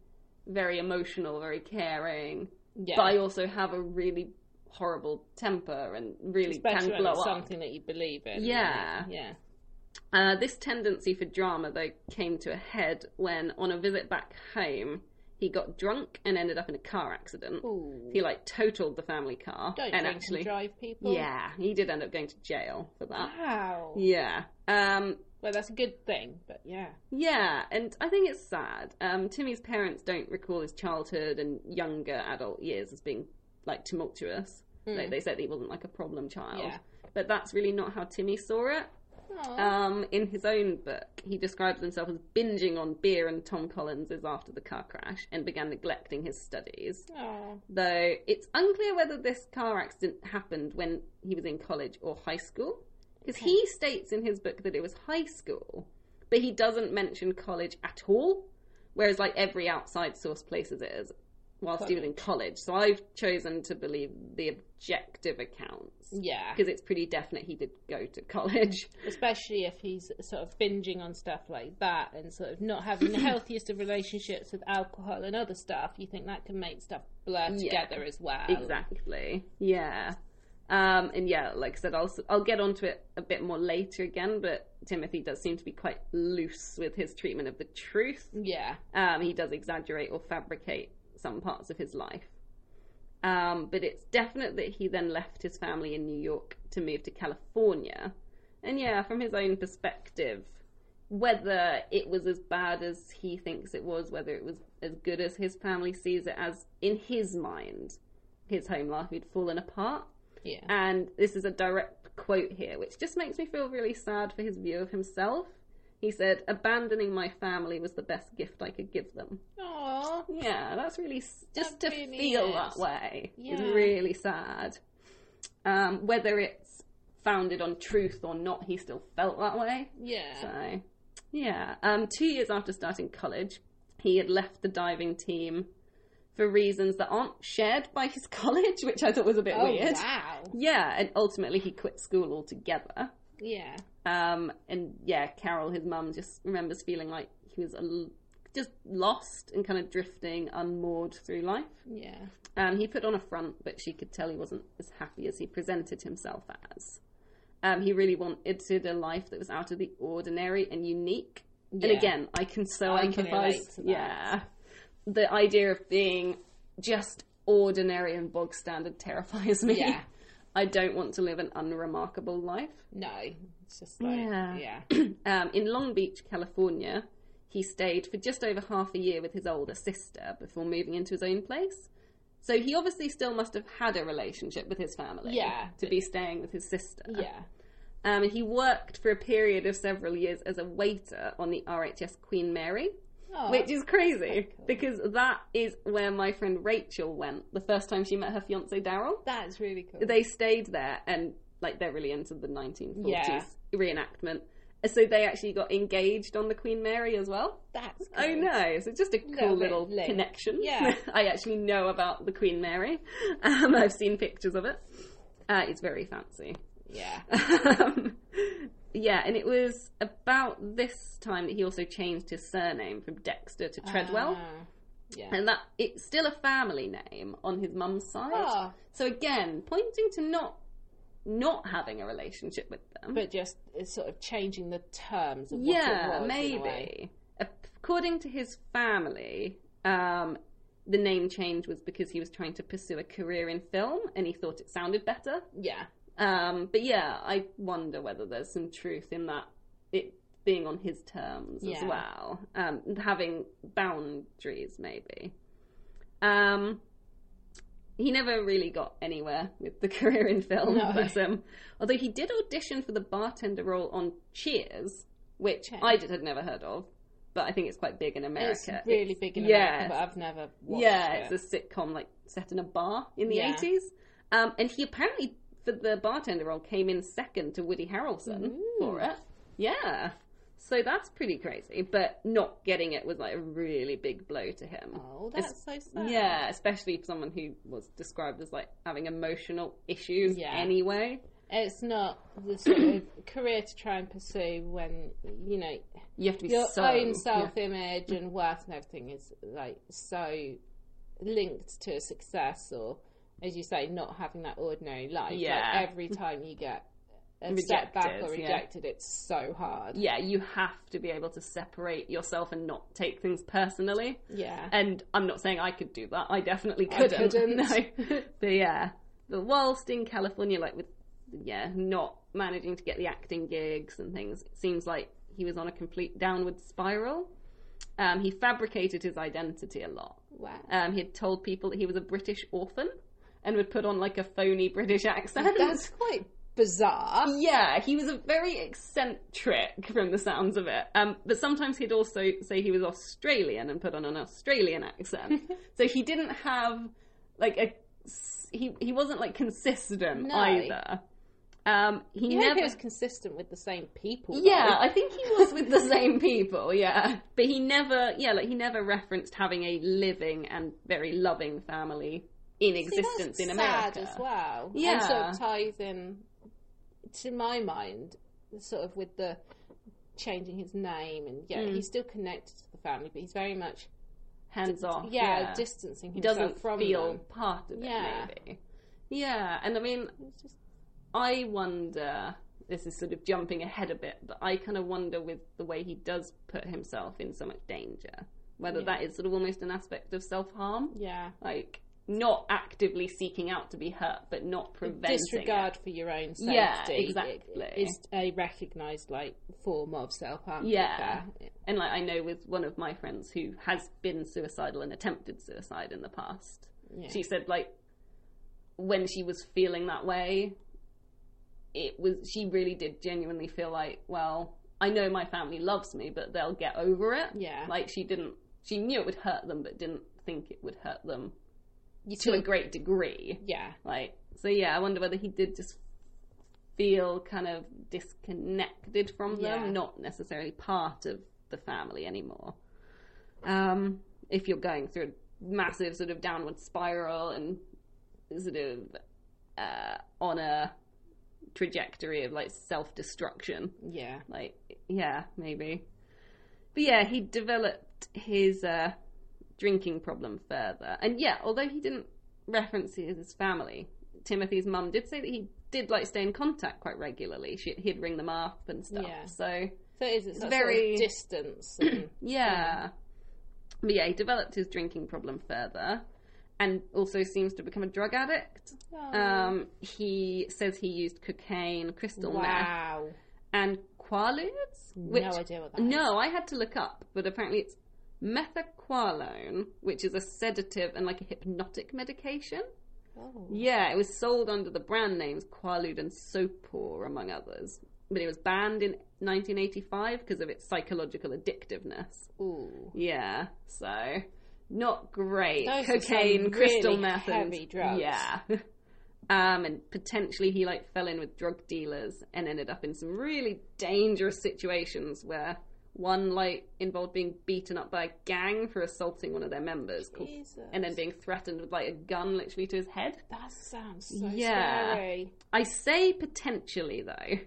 S2: very emotional, very caring,
S1: yeah.
S2: but I also have a really horrible temper and really
S1: Especially
S2: can
S1: when
S2: blow
S1: it's
S2: up.
S1: something that you believe in.
S2: Yeah.
S1: yeah,
S2: Uh, this tendency for drama, though, came to a head when, on a visit back home, he got drunk and ended up in a car accident.
S1: Ooh.
S2: He like totaled the family car,
S1: don't
S2: and
S1: drink
S2: actually,
S1: and drive people.
S2: yeah, he did end up going to jail for that.
S1: Wow.
S2: Yeah, um,
S1: Well, that's a good thing, but yeah,
S2: yeah, and I think it's sad. Um, Timmy's parents don't recall his childhood and younger adult years as being like tumultuous. Like they said, he wasn't like a problem child,
S1: Hmm. Yeah.
S2: but that's really not how Timmy saw it.
S1: Aw.
S2: Um, in his own book, he describes himself as binging on beer and Tom Collins's after the car crash and began neglecting his studies.
S1: Aw.
S2: Though it's unclear whether this car accident happened when he was in college or high school, because he states in his book that it was high school, but he doesn't mention college at all. Whereas, like every outside source places it as whilst he was in college. So I've chosen to believe the objective accounts
S1: yeah.
S2: because it's pretty definite he did go to college.
S1: Especially if he's sort of binging on stuff like that and sort of not having the healthiest of relationships with alcohol and other stuff. You think that can make stuff blur
S2: Yeah.
S1: together as well.
S2: Exactly. Yeah. Um, and yeah, like I said, I'll I'll get onto it a bit more later again. But Timothy does seem to be quite loose with his treatment of the truth.
S1: Yeah.
S2: Um, he does exaggerate or fabricate some parts of his life. Um, but it's definite that he then left his family in New York to move to California. And yeah, from his own perspective, whether it was as bad as he thinks it was, whether it was as good as his family sees it as, in his mind, his home life had fallen apart.
S1: Yeah.
S2: And this is a direct quote here, which just makes me feel really sad for his view of himself. He said, Abandoning my family was the best gift I could give them.
S1: Aww.
S2: Yeah, that's really s- just
S1: That
S2: to
S1: really
S2: feel
S1: is.
S2: that way is
S1: Yeah.
S2: really sad. Um, whether it's founded on truth or not, he still felt that way.
S1: Yeah.
S2: So, yeah. Um, two years after starting college, he had left the diving team for reasons that aren't shared by his college, which I thought was a bit
S1: oh,
S2: weird.
S1: wow.
S2: Yeah, and ultimately he quit school altogether.
S1: Yeah.
S2: Um, and yeah, Carol, his mum, just remembers feeling like he was a l just lost and kind of drifting, unmoored through life.
S1: Yeah.
S2: Um, he put on a front, but she could tell he wasn't as happy as he presented himself as. Um, he really wanted to a life that was out of the ordinary and unique. And
S1: Yeah.
S2: again, I can so
S1: I can relate
S2: empathize.
S1: to that.
S2: yeah, the idea of being just ordinary and bog standard terrifies me.
S1: Yeah.
S2: I don't want to live an unremarkable life.
S1: No. It's just like,
S2: Yeah.
S1: yeah.
S2: Um, in Long Beach, California, he stayed for just over half a year with his older sister before moving into his own place. So he obviously still must have had a relationship with his family
S1: Yeah.
S2: to be staying with his sister.
S1: Yeah.
S2: Um, and he worked for a period of several years as a waiter on the RHS Queen Mary,
S1: Aw.
S2: which is crazy because that is where my friend Rachel went the first time she met her fiance Daryl
S1: That's really cool.
S2: they stayed there and like they're really into the 1940s
S1: Yeah.
S2: reenactment so they actually got engaged on the queen mary as well
S1: That's cool.
S2: I know. So just a cool
S1: bit
S2: little
S1: linked.
S2: connection.
S1: Yeah.
S2: I actually know about the Queen Mary. Um, I've seen pictures of it. Uh, it's very fancy.
S1: Yeah.
S2: Um, yeah, and it was about this time that he also changed his surname from Dexter to Treadwell.
S1: Ah. yeah.
S2: and that it's still a family name on his mum's side.
S1: Ah.
S2: So again, pointing to not not having a relationship with them.
S1: But just it's sort of changing the terms of what it
S2: yeah,
S1: was, in a way.
S2: maybe. According to his family, um, the name change was because he was trying to pursue a career in film and he thought it sounded better.
S1: Yeah.
S2: Um, but yeah, I wonder whether there's some truth in that it being on his terms as
S1: Yeah.
S2: well, um, and having boundaries maybe. Um, he never really got anywhere with the career in film,
S1: No.
S2: bless him. Although he did audition for the bartender role on Cheers, which I just had never heard of, but I think it's quite big in America.
S1: It's really
S2: It's-
S1: big in
S2: yeah,
S1: America, but
S2: it's-
S1: I've never watched
S2: yeah,
S1: it.
S2: it's a sitcom like set in a bar in the
S1: Yeah.
S2: eighties. Um, and he apparently for the bartender role came in second to Woody Harrelson for it. Yeah. So that's pretty crazy. But not getting it was like a really big blow to him.
S1: Oh, that's so sad.
S2: Yeah, especially for someone who was described as like having emotional issues
S1: Yeah.
S2: anyway.
S1: It's not the sort of career to try and pursue when you know
S2: You have to be
S1: your
S2: so
S1: own
S2: yeah.
S1: self-image and worth and everything is like so linked to success, or as you say, not having that ordinary life. Like,
S2: Yeah.
S1: every time you get a setback or
S2: Rejected, yeah.
S1: rejected, it's so hard.
S2: yeah, you have to be able to separate yourself and not take things personally.
S1: Yeah.
S2: And I'm not saying I could do that. I definitely couldn't.
S1: couldn't.
S2: No. but yeah. But whilst in California, like with yeah, not managing to get the acting gigs and things, it seems like he was on a complete downward spiral. Um, he fabricated his identity a lot.
S1: Wow.
S2: Um, he had told people that he was a British orphan and would put on like a phony British accent.
S1: That's quite bizarre.
S2: Yeah, he was a very eccentric from the sounds of it. Um, but sometimes he'd also say he was Australian and put on an Australian accent. so he didn't have like a he he wasn't like consistent
S1: No.
S2: either. Um, he
S1: You hope
S2: never
S1: he was consistent with the same people. though.
S2: yeah, I think he was with the same people, yeah. But he never, yeah, like he never referenced having a living and very loving family in
S1: See, that's
S2: existence in
S1: sad
S2: America.
S1: as well. and
S2: Yeah.
S1: sort of ties in to my mind, sort of with the changing his name and yeah,
S2: Mm.
S1: he's still connected to the family, but he's very much
S2: Hands off.
S1: yeah, distancing
S2: he
S1: himself
S2: doesn't
S1: from
S2: feel
S1: them.
S2: part of it
S1: Yeah.
S2: maybe yeah and i mean
S1: It's just-
S2: i wonder this is sort of jumping ahead a bit but i kind of wonder with the way he does put himself in so much danger whether
S1: Yeah.
S2: that is sort of almost an aspect of self-harm
S1: yeah,
S2: like not actively seeking out to be hurt but not preventing
S1: disregard for your own safety.
S2: Yeah,
S1: i-
S2: exactly.
S1: Is a recognised like form of self harm.
S2: Yeah. it. and like i know with one of my friends who has been suicidal and attempted suicide in the past
S1: yeah.
S2: she said like when she was feeling that way it was she really did genuinely feel like well i know my family loves me but they'll get over it
S1: Yeah.
S2: like she didn't she knew it would hurt them but didn't think it would hurt them
S1: you
S2: to a
S1: feel-
S2: great degree
S1: yeah,
S2: like so yeah i wonder whether he did just feel kind of disconnected from them
S1: Yeah.
S2: not necessarily part of the family anymore um if you're going through a massive sort of downward spiral and sort of uh on a trajectory of like self-destruction
S1: yeah.
S2: like yeah maybe but yeah he developed his uh drinking problem further and yeah although he didn't reference his family timothy's mum did say that he did like stay in contact quite regularly she, he'd ring them up and stuff
S1: Yeah.
S2: so
S1: So it is it's very
S2: very-
S1: distance. And,
S2: yeah but yeah he developed his drinking problem further and also seems to become a drug addict
S1: Oh,
S2: um he says he used cocaine crystal meth
S1: wow,
S2: and quaaludes which
S1: no idea what that is.
S2: No, I had to look up, but apparently it's methaqualone, which is a sedative and like a hypnotic medication.
S1: Oh.
S2: Yeah, it was sold under the brand names Quaalude and Sopor, among others. But it was banned in 1985 because of its psychological addictiveness.
S1: Ooh.
S2: Yeah, so not great.
S1: Those are
S2: Cocaine,
S1: some
S2: crystal
S1: really
S2: meth, and-
S1: heavy drugs.
S2: Yeah. Um, and potentially he like fell in with drug dealers and ended up in some really dangerous situations where one like involved being beaten up by a gang for assaulting one of their members, called-
S1: Jesus.
S2: and then being threatened with like a gun literally to his head.
S1: that sounds so
S2: Yeah.
S1: scary.
S2: I say potentially though,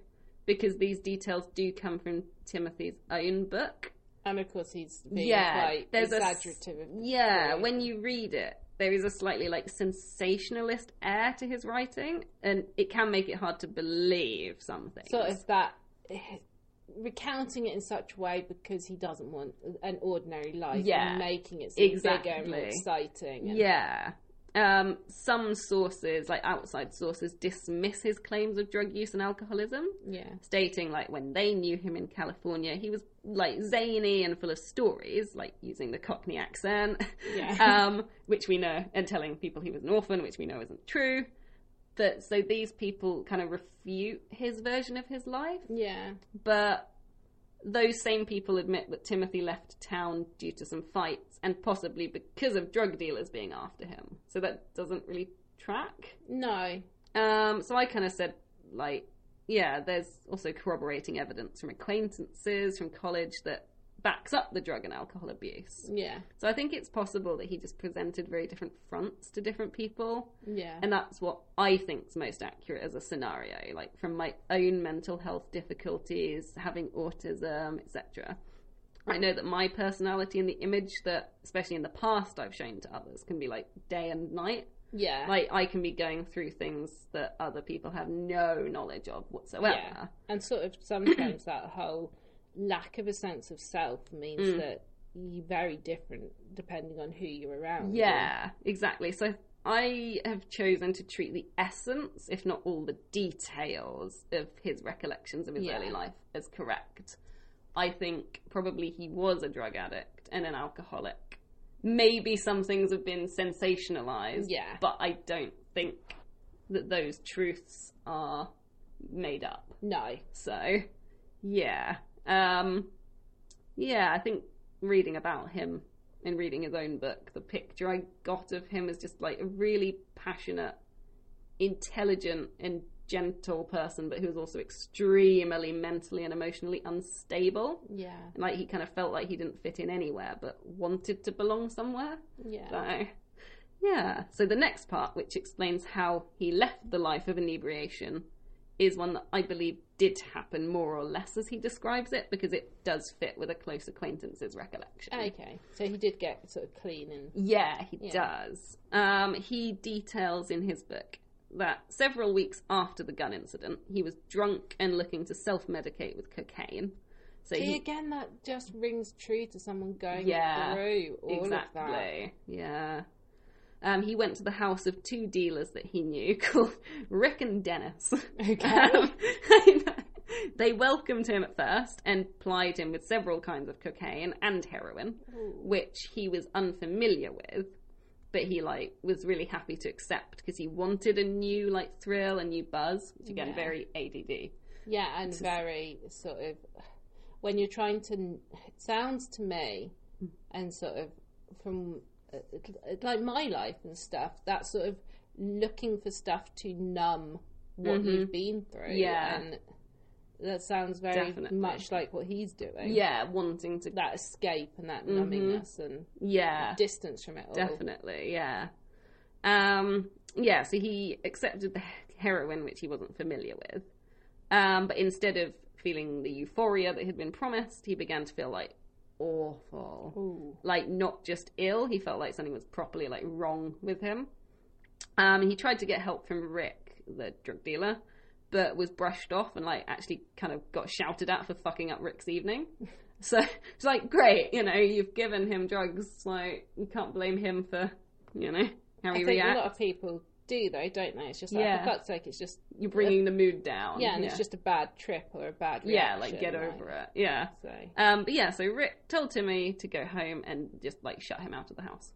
S2: because these details do come from Timothy's own book.
S1: And of course, he's being
S2: Yeah,
S1: quite
S2: there's a s-
S1: exaggerative. of-
S2: Yeah, when you read it, there is a slightly like sensationalist air to his writing, and it can make it hard to believe something.
S1: sort of that eh, recounting it in such a way because he doesn't want an ordinary life.
S2: Yeah.
S1: and making it seem bigger and more
S2: Exactly.
S1: exciting. And,
S2: yeah. Um, some sources, like outside sources, dismiss his claims of drug use and alcoholism,
S1: yeah.
S2: stating like when they knew him in California, he was like zany and full of stories, like using the Cockney accent,
S1: Yeah.
S2: um, which we know, and telling people he was an orphan, which we know isn't true. That so these people kind of refute his version of his life,
S1: Yeah.
S2: but those same people admit that Timothy left town due to some fights and possibly because of drug dealers being after him. So that doesn't really track.
S1: No.
S2: Um, so I kind of said, like, yeah, there's also corroborating evidence from acquaintances from college that backs up the drug and alcohol abuse.
S1: Yeah.
S2: So I think it's possible that he just presented very different fronts to different people.
S1: Yeah.
S2: And that's what I think's most accurate as a scenario, like from my own mental health difficulties, having autism, etc. I know that my personality and the image that, especially in the past, I've shown to others can be like day and night.
S1: yeah.
S2: Like I can be going through things that other people have no knowledge of whatsoever.
S1: Yeah. And sort of sometimes that whole lack of a sense of self means
S2: Mm.
S1: that you're very different depending on who you're around.
S2: Yeah, exactly. So I have chosen to treat the essence, if not all the details, of his recollections of his
S1: Yeah.
S2: early life as correct. I think probably he was a drug addict and an alcoholic. Maybe some things have been sensationalized,
S1: Yeah.
S2: but I don't think that those truths are made up.
S1: No.
S2: So, yeah. Um, yeah, I think reading about him and reading his own book, the picture I got of him is just like a really passionate, intelligent, and gentle person, but who was also extremely mentally and emotionally unstable.
S1: Yeah.
S2: And like he kind of felt like he didn't fit in anywhere, but wanted to belong somewhere.
S1: Yeah.
S2: So, yeah. So the next part, which explains how he left the life of inebriation, is one that I believe did happen more or less as he describes it, because it does fit with a close acquaintance's recollection.
S1: Okay. So he did get sort of clean and
S2: Yeah, he
S1: Yeah.
S2: does. Um, he details in his book that several weeks after the gun incident, he was drunk and looking to self-medicate with cocaine. So
S1: See,
S2: he,
S1: again, that just rings true to someone going
S2: Yeah,
S1: through all
S2: exactly.
S1: of that.
S2: Yeah. Um, he went to the house of two dealers that he knew called Rick and Dennis.
S1: Okay.
S2: Um, I know. they welcomed him at first and plied him with several kinds of cocaine and heroin, which he was unfamiliar with, but he like was really happy to accept because he wanted a new like thrill, a new buzz, which again
S1: Yeah.
S2: very ADD.
S1: Yeah, and very sort of when you're trying to. It sounds to me,
S2: Hmm.
S1: and sort of from uh, uh, like my life and stuff, that sort of looking for stuff to numb what you've been through.
S2: Mm-hmm. Yeah.
S1: and that sounds very
S2: Definitely.
S1: much like what he's doing.
S2: Yeah, wanting to.
S1: that escape and that numbingness and
S2: Yeah,
S1: distance from it all.
S2: Definitely, yeah. Um, yeah, so he accepted the heroin, which he wasn't familiar with. Um, but instead of feeling the euphoria that had been promised, he began to feel like awful.
S1: Ooh.
S2: Like, not just ill, he felt like something was properly like wrong with him. Um, he tried to get help from Rick, the drug dealer, but was brushed off and like actually kind of got shouted at for fucking up Rick's evening. So it's like, great, you know, you've given him drugs. Like, you can't blame him for, you know, how
S1: I
S2: he
S1: think a lot
S2: reacts.
S1: of people do though, don't they? It's just like
S2: Yeah.
S1: for fuck's sake, it's just
S2: You're bringing the mood down.
S1: yeah, and it's just a bad trip or a bad reaction,
S2: yeah, like get over it. Yeah.
S1: So
S2: Um, but yeah, so Rick told Timmy to go home and just like shut him out of the house,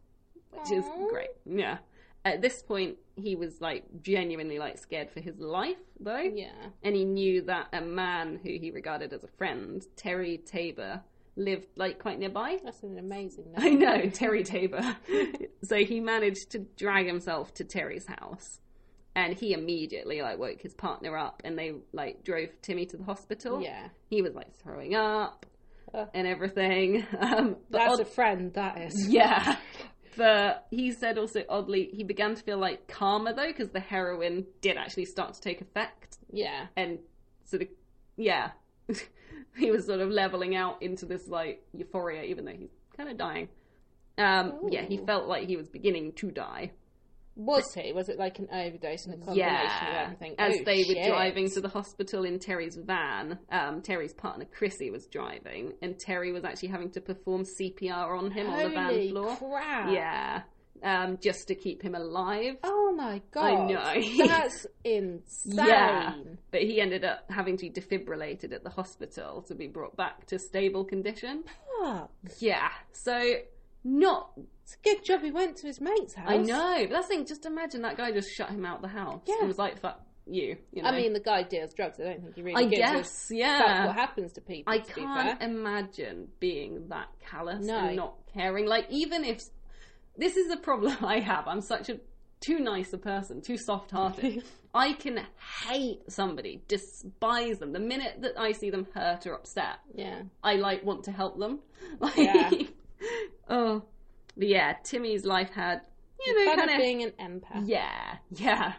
S2: which is
S1: Aw.
S2: great. Yeah. At this point, he was like genuinely like scared for his life though.
S1: yeah,
S2: and he knew that a man who he regarded as a friend, Terry Tabor, lived like quite nearby.
S1: that's an amazing.
S2: I
S1: Name.
S2: know, Terry Tabor. so he managed to drag himself to Terry's house. And he immediately like woke his partner up and they like drove Timmy to the hospital.
S1: Yeah,
S2: He was like throwing up
S1: Ugh.
S2: and everything. Um but
S1: that's
S2: odd-
S1: a friend. That is.
S2: yeah. But he said also oddly he began to feel like calmer though because the heroin did actually start to take effect
S1: Yeah,
S2: and sort of yeah he was sort of leveling out into this like euphoria even though he's kind of dying um yeah he
S1: Ooh.
S2: felt like he was beginning to die
S1: was he? Was it like an overdose and a combination of
S2: yeah
S1: everything?
S2: as
S1: Oh,
S2: they
S1: shit.
S2: were driving to the hospital in terry's van um terry's partner chrissy was driving and terry was actually having to perform cpr on him on the van
S1: Holy
S2: floor
S1: crap.
S2: yeah um just to keep him alive
S1: Oh my god!
S2: know.
S1: that's insane.
S2: Yeah. But he ended up having to be defibrillated at the hospital to be brought back to stable condition.
S1: Fuck.
S2: Yeah. So not
S1: It's a good job he went to his mate's house.
S2: I know, but that's the thing, just imagine that guy just shut him out the house
S1: Yeah.
S2: and was like, Fuck you, you know.
S1: I mean, the guy deals drugs. I don't think he really
S2: I
S1: gives
S2: guess,
S1: a
S2: yeah.
S1: fuck what happens to people.
S2: I
S1: to be fair.
S2: can't imagine being that callous
S1: No.
S2: and not caring. Like even if this is the problem I have. I'm such a too nice a person, too soft hearted. I can hate somebody, despise them. The minute that I see them hurt or upset,
S1: Yeah.
S2: I like want to help them. Like,
S1: Yeah.
S2: oh, but yeah, Timmy's life had you know
S1: Fun
S2: kind
S1: of
S2: of
S1: being an empath.
S2: yeah, yeah.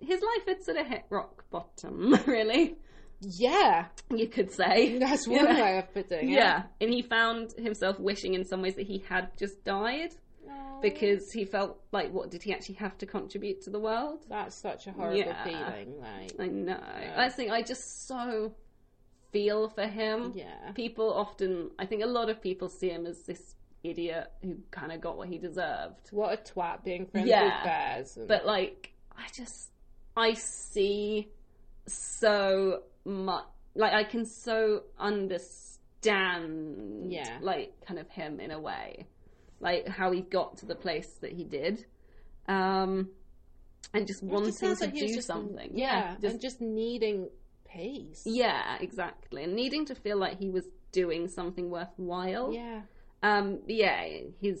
S2: His life had sort of hit rock bottom, really.
S1: Yeah.
S2: You could say
S1: That's
S2: You
S1: one
S2: know?
S1: way of putting it.
S2: Yeah, and he found himself wishing in some ways that he had just died
S1: Oh,
S2: because he felt like, what did he actually have to contribute to the world?
S1: that's such a horrible
S2: Yeah.
S1: feeling. Like,
S2: I know. That's the thing. I just so feel for him.
S1: yeah.
S2: People often, I think, a lot of people see him as this idiot who kind of got what he deserved.
S1: What a twat being friends
S2: Yeah.
S1: with bears. And,
S2: But like, I just, I see so much. Like, I can so understand.
S1: Yeah.
S2: Like, kind of him in a way, like how he got to the place that he did, um, and just
S1: It
S2: wanting
S1: just sounds
S2: to
S1: like he was
S2: do
S1: just-
S2: something.
S1: Yeah,
S2: just
S1: and just needing peace.
S2: Yeah, exactly. And needing to feel like he was doing something worthwhile.
S1: Yeah.
S2: Um, yeah, he's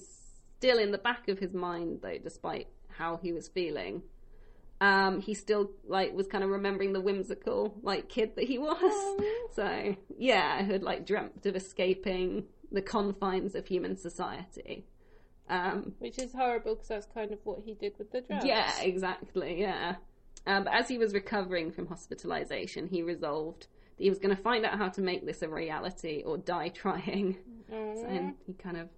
S2: still in the back of his mind though, despite how he was feeling. Um, he still like was kind of remembering the whimsical like kid that he was. So yeah, who had like dreamt of escaping the confines of human society. Um,
S1: Which is horrible because that's kind of what he did with the drugs.
S2: yeah, exactly. Yeah. Um, but as he was recovering from hospitalization, he resolved that he was going to find out how to make this a reality or die trying.
S1: Oh,
S2: And he kind of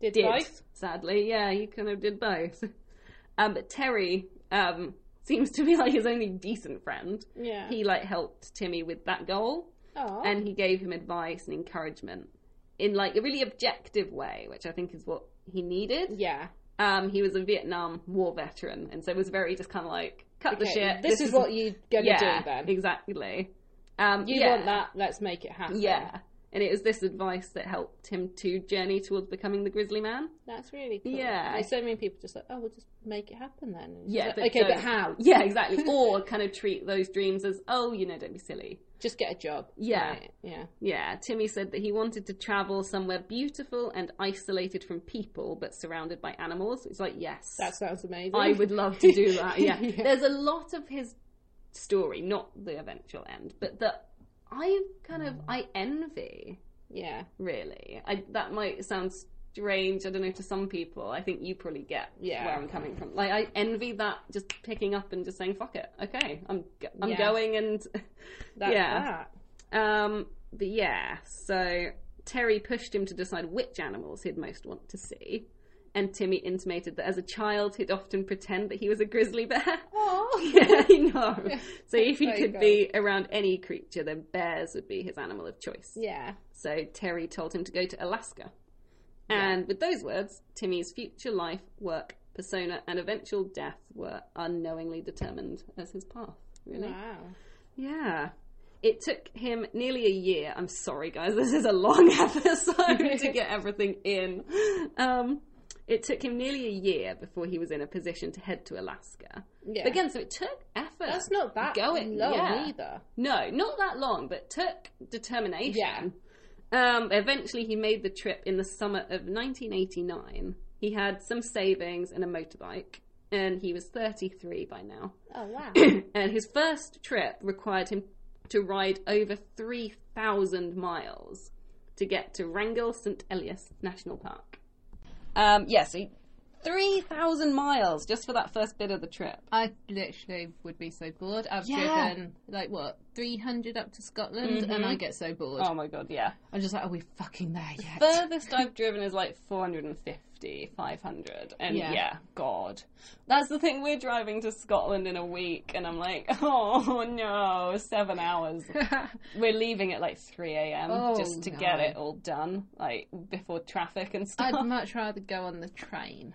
S1: did
S2: did,
S1: both.
S2: sadly. Yeah, he kind of did both. Um, but Terry um, seems to be like his only decent friend.
S1: Yeah.
S2: He like helped Timmy with that goal,
S1: Aw.
S2: and he gave him advice and encouragement in like a really objective way, which I think is what he needed.
S1: yeah.
S2: Um, he was a Vietnam War veteran, and so was very just kind of like cut the
S1: Okay,
S2: shit.
S1: This, is, what you're gonna do then.
S2: exactly. Um,
S1: You
S2: yeah,
S1: want that? Let's make it happen.
S2: Yeah, and it was this advice that helped him to journey towards becoming the Grizzly Man.
S1: That's really cool.
S2: Yeah.
S1: Like, so many people just like, oh, we'll just make it happen then. And it's
S2: Yeah,
S1: like,
S2: but
S1: okay,
S2: don't-
S1: but how?
S2: Yeah, exactly. or kind of treat those dreams as, oh, you know, don't be silly.
S1: Just get a job.
S2: Yeah.
S1: Right, Yeah.
S2: Yeah, Timmy said that he wanted to travel somewhere beautiful and isolated from people, but surrounded by animals. It's like, yes,
S1: That sounds amazing.
S2: I would love to do that. Yeah.
S1: Yeah.
S2: There's a lot of his story, not the eventual end, but that I kind of I envy,
S1: Yeah.
S2: really. I that might sound strange, I don't know, to some people. I think you probably get
S1: Yeah.
S2: where I'm coming from. Like I envy that just picking up and just saying, fuck it. Okay. I'm go- I'm
S1: Yeah.
S2: going and
S1: That's
S2: Yeah.
S1: that.
S2: um but yeah, so Terry pushed him to decide which animals he'd most want to see. And Timmy intimated that as a child he'd often pretend that he was a grizzly bear.
S1: Oh.
S2: Yeah, I know. So if he
S1: There you
S2: could
S1: go.
S2: be around any creature, then bears would be his animal of choice.
S1: Yeah.
S2: So Terry told him to go to Alaska. And with those words, Timmy's future life, work, persona, and eventual death were unknowingly determined as his path. Really?
S1: Wow.
S2: Yeah. It took him nearly a year. I'm sorry, guys. This is a long episode to get everything in. Um, it took him nearly a year before he was in a position to head to Alaska.
S1: Yeah.
S2: But again, so it took effort.
S1: That's not that
S2: Going,
S1: low
S2: yeah.
S1: either.
S2: No, not that long, but took determination.
S1: Yeah.
S2: Um, eventually, he made the trip in the summer of 1989. He had some savings and a motorbike, and he was 33 by now.
S1: Oh wow.
S2: and his first trip required him to ride over 3,000 miles to get to Wrangell St. Elias National Park. Um, yeah, so 3,000 miles just for that first bit of the trip.
S3: I literally would be so bored. I've
S2: Yeah. Mm-hmm.
S3: driven like what three hundred up to Scotland, and I get so bored.
S2: Oh my god, yeah.
S3: I'm just like, are we fucking there yet?
S2: furthest I've driven is like 450, 500. And yeah.
S3: Yeah.
S2: God. That's the thing, we're driving to Scotland in a week, and I'm like, oh no, seven hours. we're leaving at like 3 a.m.
S3: Oh,
S2: just to
S3: no.
S2: get it all done, like before traffic and stuff.
S3: I'd much rather go on the train.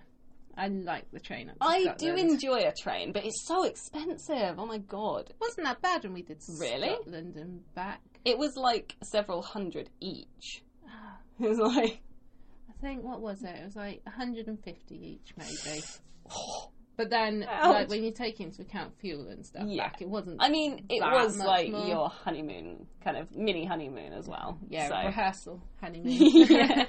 S3: I like the train. Up to
S2: I do
S3: Scotland.
S2: enjoy a train, but it's so expensive. Oh my god.
S3: Wasn't that bad when we did
S2: Really?
S3: Scotland and back?
S2: It was like several hundred each. It was like,
S3: I think what was it? It was like 150 each, maybe.
S1: But then,
S2: Ouch.
S1: like when you take into account fuel and stuff
S2: Yeah.
S1: back, it wasn't.
S2: I mean, it
S1: That
S2: was
S1: much
S2: like
S1: more.
S2: your honeymoon, kind of mini honeymoon as well.
S1: yeah,
S2: So.
S1: rehearsal honeymoon.
S2: yeah.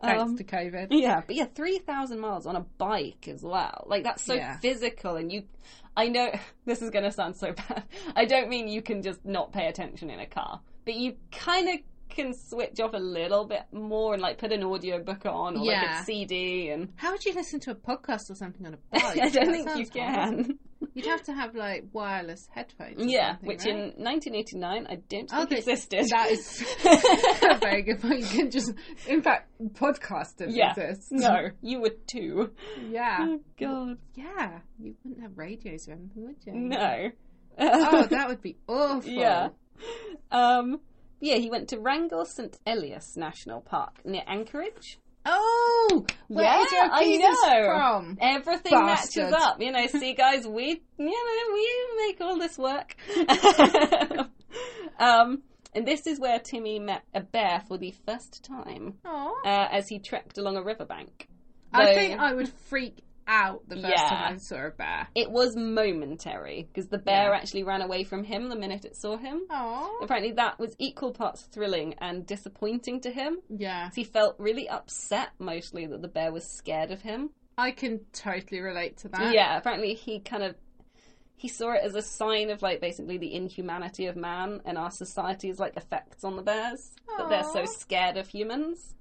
S1: Thanks
S2: Um,
S1: to COVID.
S2: Yeah, but yeah, three thousand miles on a bike as well. Like that's so
S1: Yeah.
S2: physical, and you. I know this is going to sound so bad. I don't mean you can just not pay attention in a car, but you kind of can switch off a little bit more and like put an audio book on or like
S1: Yeah.
S2: a CD and.
S1: How would you listen to a podcast or something on a bike?
S2: I don't
S1: Oh, That
S2: think you
S1: sounds
S2: can.
S1: horrible. You'd have to have like wireless headphones. or
S2: Yeah,
S1: something,
S2: which
S1: right?
S2: in 1989 I don't think
S1: Oh, that-
S2: existed.
S1: that is a very good point. You can just, in fact, podcast doesn't
S2: Yeah.
S1: exist.
S2: no, you were two.
S1: Yeah.
S2: Oh God,
S1: Yeah. You wouldn't have radios or anything, would you?
S2: no.
S1: Mm. Oh, that would be awful.
S2: Yeah. Um, yeah, he went to Wrangell St. Elias National Park near Anchorage.
S1: Oh, where
S2: Yeah,
S1: Joe
S2: I
S1: Keys is
S2: know.
S1: from?
S2: Everything
S1: Bastards.
S2: matches up. You know, see, guys, we, you know, we make all this work. um, and this is where Timmy met a bear for the first time
S1: Aw.
S2: uh, as he trekked along a riverbank.
S1: I
S2: Though
S1: think I would freak out the first
S2: Yeah.
S1: time I saw a bear.
S2: It was momentary because the bear
S1: Yeah.
S2: actually ran away from him the minute it saw him.
S1: Oh,
S2: Apparently, that was equal parts thrilling and disappointing to him.
S1: yeah.
S2: He felt really upset mostly that the bear was scared of him.
S1: I can totally relate to that.
S2: yeah, apparently he kind of he saw it as a sign of like basically the inhumanity of man and our society's like effects on the bears that they're so
S1: Aw.
S2: scared of humans.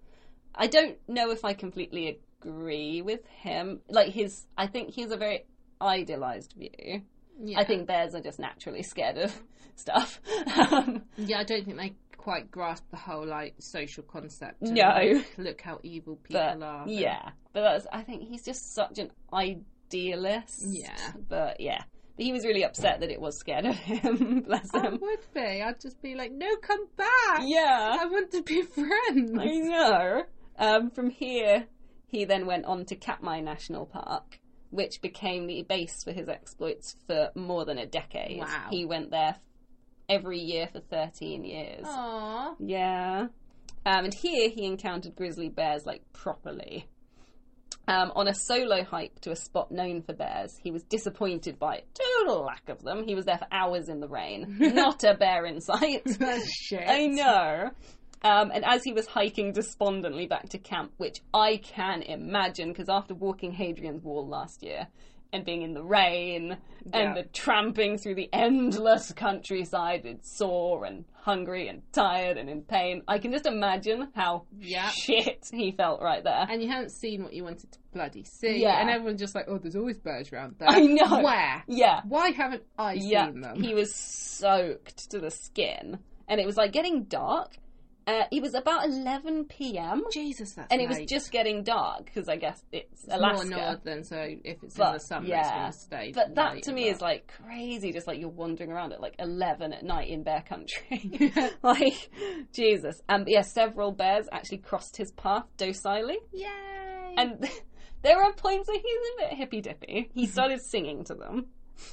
S2: I don't know if I completely agree with him. Like his I think he's a very idealized view.
S1: yeah.
S2: I think bears are just naturally scared of stuff. Um,
S1: Yeah, I don't think they quite grasp the whole like social concept. and,
S2: No.
S1: like, look how evil people
S2: but
S1: are.
S2: yeah, but that's, I think he's just such an idealist.
S1: Yeah.
S2: but yeah, but he was really upset that it was scared of him. Bless
S1: I
S2: him.
S1: would be. I'd just be like, no, come back.
S2: Yeah,
S1: I want to be friends.
S2: I know. Um, from here, he then went on to Katmai National Park, which became the base for his exploits for more than a decade.
S1: Wow.
S2: He went there every year for thirteen
S1: Oh,
S2: years.
S1: Aww.
S2: Yeah. Um, and here he encountered grizzly bears like properly. Um, on a solo hike to a spot known for bears, he was disappointed by total lack of them. He was there for hours in the rain, not a bear in sight.
S1: That's shit.
S2: I know. Um, and as he was hiking despondently back to camp, which I can imagine, because after walking Hadrian's Wall last year and being in the rain
S1: Yeah.
S2: and the tramping through the endless countryside, and sore and hungry and tired and in pain, I can just imagine how
S1: Yeah.
S2: shit he felt right there.
S1: And you haven't seen what you wanted to bloody see.
S2: Yeah.
S1: And everyone's just like, oh, there's always birds around there.
S2: I know.
S1: Where?
S2: yeah,
S1: Why haven't I
S2: yeah.
S1: seen them?
S2: He was soaked to the skin, and it was like getting dark. Uh, it was about 11 p.m.
S1: Jesus, that's
S2: and it was
S1: late.
S2: just getting dark because I guess it's
S1: It's
S2: Alaska.
S1: more northern, so if it's
S2: But,
S1: in the summer, it's
S2: yeah.
S1: going to stay.
S2: But that
S1: late
S2: to
S1: as
S2: me
S1: well.
S2: is like crazy. Just like you're wandering around at like eleven at night in bear country, like Jesus. Um, but yeah, several bears actually crossed his path docilely,
S1: yay.
S2: and there are points where he's a bit hippy dippy.
S1: Mm-hmm.
S2: He started singing to them.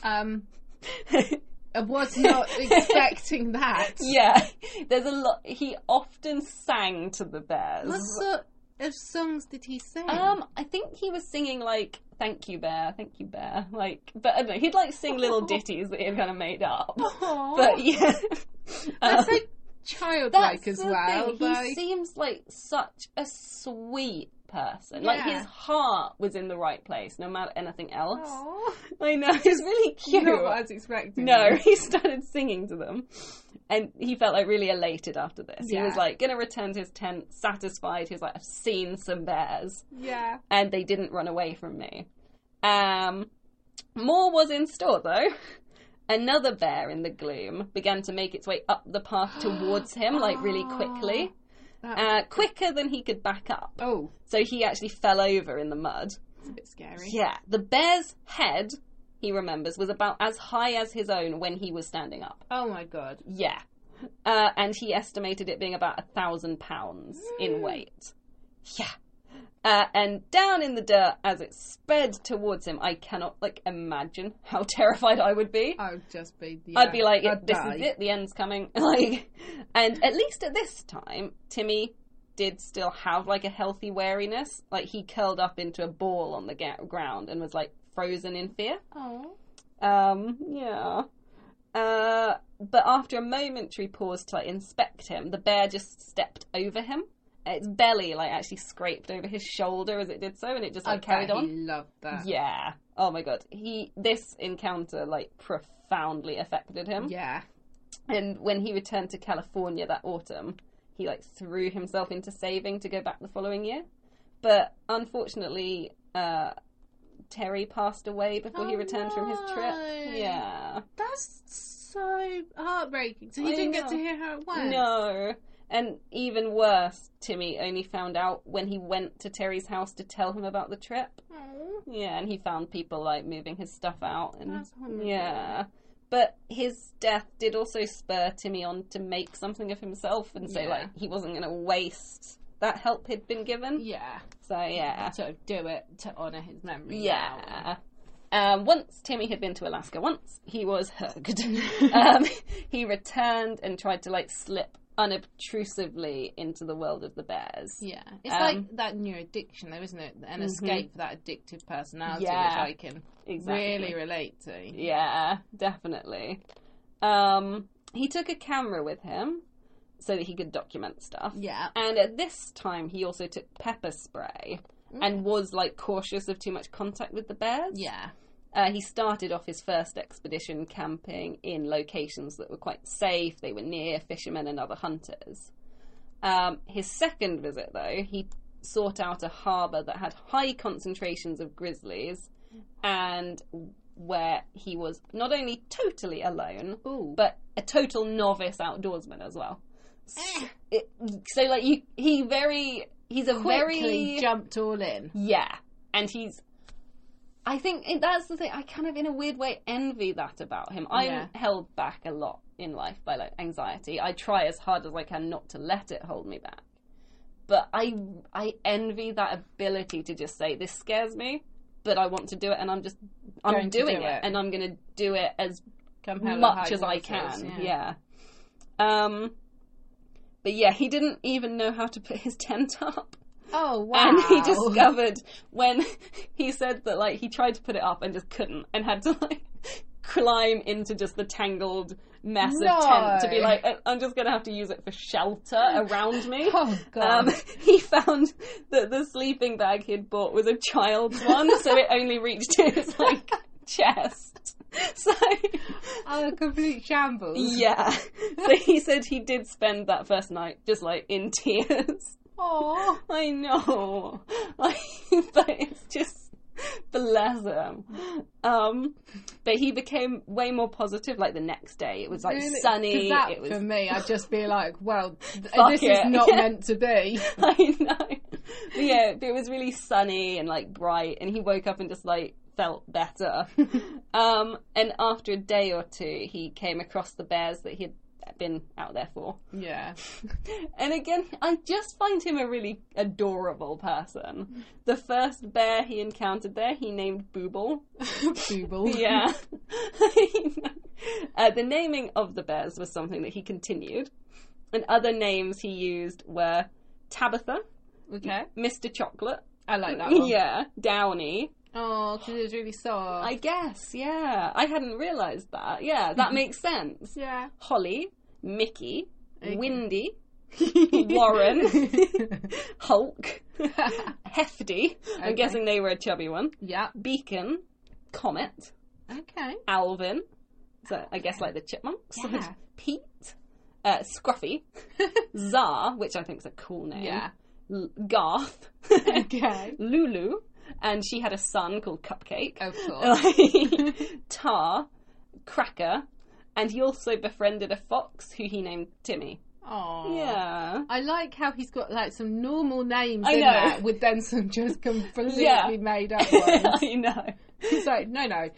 S1: um, I was not expecting that.
S2: yeah, there's a lot. He often sang to the bears.
S1: What sort of songs did he sing?
S2: Um, I think he was singing like "Thank You Bear," "Thank You Bear," like, but I don't know, he'd like sing little ditties that he had kind of made up.
S1: Oh. Aw.
S2: But yeah,
S1: that's
S2: Um,
S1: so childlike as
S2: the
S1: well.
S2: thing.
S1: Though.
S2: He seems like such a sweet person. Like
S1: Yeah.
S2: his heart was in the right place, no matter anything else.
S1: Aw.
S2: I know he's really cute.
S1: oh, Not what I was expecting.
S2: No, he started singing to them. And he felt like really elated after this. He
S1: Yeah.
S2: was like gonna return to his tent, satisfied. He was like, I've seen some bears
S1: Yeah.
S2: and they didn't run away from me. Um, more was in store though. Another bear in the gloom began to make its way up the path towards him, like really quickly,
S1: That-
S2: uh, quicker than he could back up.
S1: oh,
S2: So he actually fell over in the mud.
S1: it's a bit scary.
S2: Yeah, the bear's head, he remembers, was about as high as his own when he was standing up.
S1: Oh my god.
S2: Yeah. Uh, and he estimated it being about a thousand pounds
S1: Mm.
S2: in weight. Yeah. Uh, and down in the dirt as it sped towards him, I cannot like imagine how terrified I would be.
S1: I would just be. Uh, Yeah,
S2: I'd be like,
S1: I'd
S2: "This
S1: die.
S2: is it. The end's coming." Like, and at least at this time, Timmy did still have like a healthy wariness. Like he curled up into a ball on the ga- ground and was like frozen in fear.
S1: Oh.
S2: Um, yeah. Uh, but after a momentary pause to like inspect him, the bear just stepped over him. Its belly like actually scraped over his shoulder as it did so, and it just like carried on.
S1: Love that.
S2: Yeah. Oh my god. He this encounter like profoundly affected him.
S1: Yeah.
S2: And when he returned to California that autumn, he like threw himself into saving to go back the following year. But unfortunately, uh, Terry passed away before he
S1: Oh,
S2: returned from his trip.
S1: no.
S2: Yeah.
S1: That's so heartbreaking. So you
S2: I
S1: didn't get
S2: know.
S1: to hear how it went.
S2: No. And even worse, Timmy only found out when he went to Terry's house to tell him about the trip.
S1: Oh,
S2: Yeah, and he found people like moving his stuff out and
S1: That's horrible.
S2: yeah. But his death did also spur Timmy on to make something of himself and so
S1: Yeah.
S2: like he wasn't going to waste that help he'd been given.
S1: Yeah.
S2: So yeah.
S1: Sort of do it to honour his memory. now.
S2: Yeah. Um, once Timmy had been to Alaska once, he was hugged. um, he returned and tried to like slip unobtrusively into the world of the bears.
S1: Yeah, it's
S2: Um, mm-hmm.
S1: like that new addiction, though, isn't it? An escape for that addictive personality,
S2: Yeah,
S1: which I can
S2: Exactly.
S1: really relate to.
S2: Yeah, definitely. Um, he took a camera with him so that he could document stuff.
S1: Yeah.
S2: And at this time, he also took pepper spray and was like cautious of too much contact with the bears.
S1: Mm. Yeah.
S2: Uh, he started off his first expedition camping in locations that were quite safe. They were near fishermen and other hunters. Um, his second visit, though, he sought out a harbour that had high concentrations of grizzlies and where he was not only totally alone,
S1: Ooh.
S2: but a total novice outdoorsman as well.
S1: Eh.
S2: So, it- so, like, you, he very. He's a
S1: Quickly
S2: very.
S1: jumped all in.
S2: Yeah, and he's. I think it, that's the thing. I kind of, in a weird way, envy that about him. I'm
S1: Yeah.
S2: held back a lot in life by like anxiety. I try as hard as I can not to let it hold me back. But I, I envy that ability to just say this scares me, but I want to do it, and I'm just, I'm
S1: Going to
S2: doing
S1: do
S2: it,
S1: it.
S2: and I'm going to do it as
S1: Come hell or
S2: much
S1: high
S2: as I
S1: waters,
S2: can. Yeah. Um. But yeah, he didn't even know how to put his tent up.
S1: Oh wow.
S2: And he discovered when he said that like he tried to put it up and just couldn't and had to like climb into just the tangled mess of tent to be
S1: No.
S2: like "I- I'm just gonna have to use it for shelter around me.
S1: Oh god.
S2: Um, he found that the sleeping bag he'd bought was a child's one, so it only reached to his like chest. So
S1: oh, complete shambles.
S2: yeah. So he said he did spend that first night just like in tears.
S1: Oh.
S2: I know, like, but it's just bless him. Um, but he became way more positive. Like the next day, it was like
S1: Really? 'Cause
S2: sunny.
S1: That,
S2: it was.
S1: for me, I'd just be like, well, th-
S2: Fuck
S1: this is
S2: it.
S1: not
S2: Yeah.
S1: meant to be.
S2: I know. But yeah, it was really sunny and like bright, and he woke up and just like felt better. um, and after a day or two, he came across the bears that he had been out there for.
S1: Yeah.
S2: And again, I just find him a really adorable person. The first bear he encountered there, he named Booble.
S1: Booble.
S2: Yeah. uh, the naming of the bears was something that he continued. And other names he used were Tabitha,
S1: Okay.
S2: Mr. Chocolate,
S1: I like that one.
S2: yeah, Downy.
S1: Oh, because it was really soft.
S2: I guess, yeah. I hadn't realised that. Yeah, that makes sense.
S1: Yeah.
S2: Holly, Mickey,
S1: Okay.
S2: Windy, Warren, Hulk, Hefty. I'm
S1: Okay.
S2: guessing they were a chubby one.
S1: yeah.
S2: Beacon, Comet,
S1: Okay.
S2: Alvin. So I guess like the chipmunks.
S1: Yeah.
S2: Pete, uh, Scruffy, Zar, which I think is a cool name.
S1: Yeah.
S2: L- Garth,
S1: Okay.
S2: Lulu, and she had a son called Cupcake.
S1: Of course.
S2: Like, Tar, Cracker, and he also befriended a fox who he named Timmy.
S1: Oh.
S2: Yeah.
S1: I like how he's got like some normal names
S2: I
S1: in
S2: know.
S1: there with then some just completely
S2: Yeah.
S1: made up ones.
S2: I know.
S1: He's like, no, no,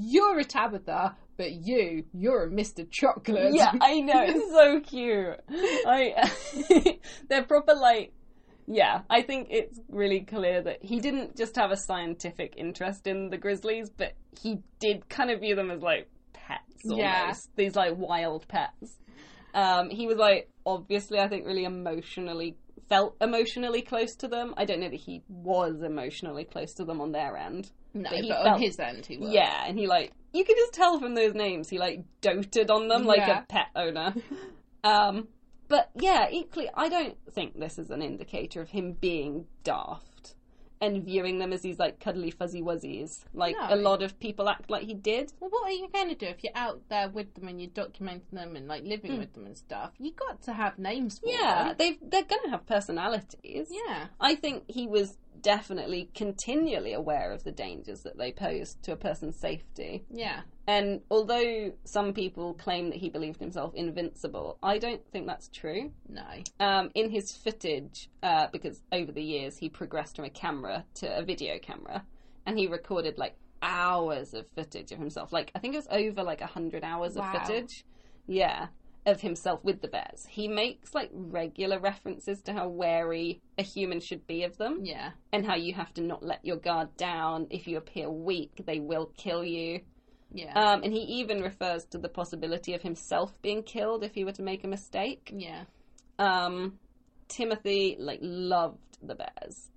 S1: you're a Tabitha, but you, you're a Mr. Chocolate.
S2: Yeah, I know. It's so cute. I they're proper like yeah, I think it's really clear that he didn't just have a scientific interest in the grizzlies, but he did kind of view them as like pets almost.
S1: Yeah.
S2: These like wild pets. Um, he was like obviously I think really emotionally felt emotionally close to them. I don't know that he was emotionally close to them on their end.
S1: No,
S2: but he
S1: but on
S2: felt-
S1: his end, he was.
S2: Yeah, and he like you can just tell from those names he like doted on them like
S1: Yeah.
S2: a pet owner. um, but yeah, equally, I don't think this is an indicator of him being daft and viewing them as these like cuddly fuzzy wuzzies, like
S1: No.
S2: a lot of people act like he did.
S1: Well, what are you going to do if you're out there with them and you're documenting them and like living with them and stuff? You got to have names for
S2: Hmm. Yeah,
S1: them.
S2: they they're gonna have personalities.
S1: Yeah.
S2: I think he was definitely continually aware of the dangers that they posed to a person's safety.
S1: Yeah.
S2: And although some people claim that he believed himself invincible, I don't think that's true.
S1: No.
S2: Um, in his footage, uh, because over the years he progressed from a camera to a video camera, and he recorded like hours of footage of himself. Like I think it was over like a hundred hours
S1: Wow.
S2: of footage. Yeah, of himself with the bears. He makes like regular references to how wary a human should be of them
S1: Yeah.
S2: and how you have to not let your guard down. If you appear weak, they will kill you.
S1: Yeah.
S2: Um, and he even refers to the possibility of himself being killed if he were to make a mistake.
S1: yeah.
S2: Um, Timothy like loved the bears,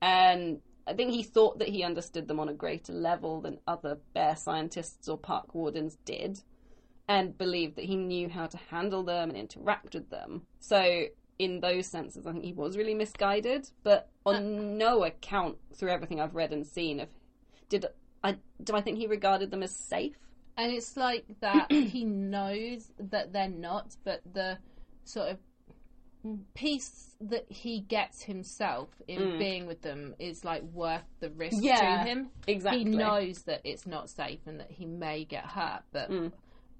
S2: and I think he thought that he understood them on a greater level than other bear scientists or park wardens did, and believed that he knew how to handle them and interact with them. So in those senses, I think he was really misguided. But on no account, through everything I've read and seen, of did I do I think he regarded them as safe?
S1: And it's like that he knows that they're not, but the sort of peace that he gets himself in
S2: Mm.
S1: being with them is like worth the risk
S2: Yeah,
S1: to him.
S2: Exactly.
S1: He knows that it's not safe and that he may get hurt, but
S2: Mm.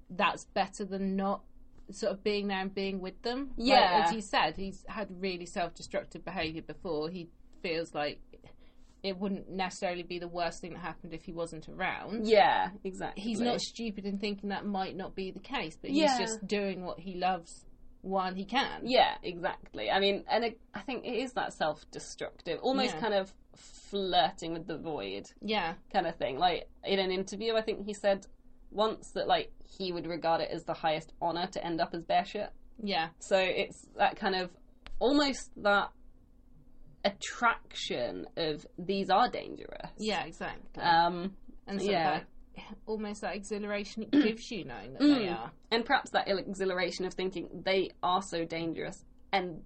S1: that's better than not sort of being there and being with them. Like,
S2: Yeah.
S1: as he said, he's had really self destructive behaviour before. He feels like it wouldn't necessarily be the worst thing that happened if he wasn't around
S2: Yeah, exactly.
S1: he's not stupid in thinking that might not be the case, but he's
S2: Yeah.
S1: just doing what he loves while he can.
S2: Yeah, exactly. I mean, and it, I think it is that self-destructive, almost
S1: Yeah.
S2: kind of flirting with the void
S1: Yeah.
S2: kind of thing. Like in an interview, I think he said once that like he would regard it as the highest honor to end up as bear shit.
S1: Yeah.
S2: So it's that kind of almost that attraction of these are dangerous.
S1: Yeah, exactly.
S2: Um,
S1: and so
S2: yeah.
S1: that almost that exhilaration it gives you knowing that they
S2: Mm.
S1: are.
S2: and perhaps that exhilaration of thinking they are so dangerous and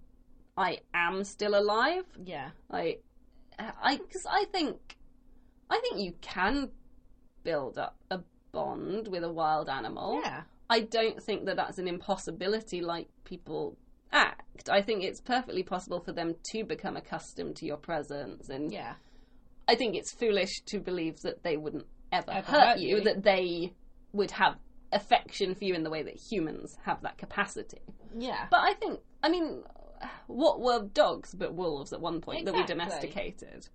S2: I am still alive.
S1: Yeah.
S2: Like, I because I think, I think you can build up a bond with a wild animal.
S1: Yeah.
S2: I don't think that that's an impossibility. Like people act, I think it's perfectly possible for them to become accustomed to your presence, and
S1: Yeah.
S2: I think it's foolish to believe that they wouldn't ever,
S1: Ever
S2: hurt,
S1: hurt
S2: you,
S1: you.
S2: That they would have affection for you in the way that humans have that capacity.
S1: Yeah.
S2: But I think, I mean, what were dogs but wolves at one point that we
S1: Exactly.
S2: domesticated?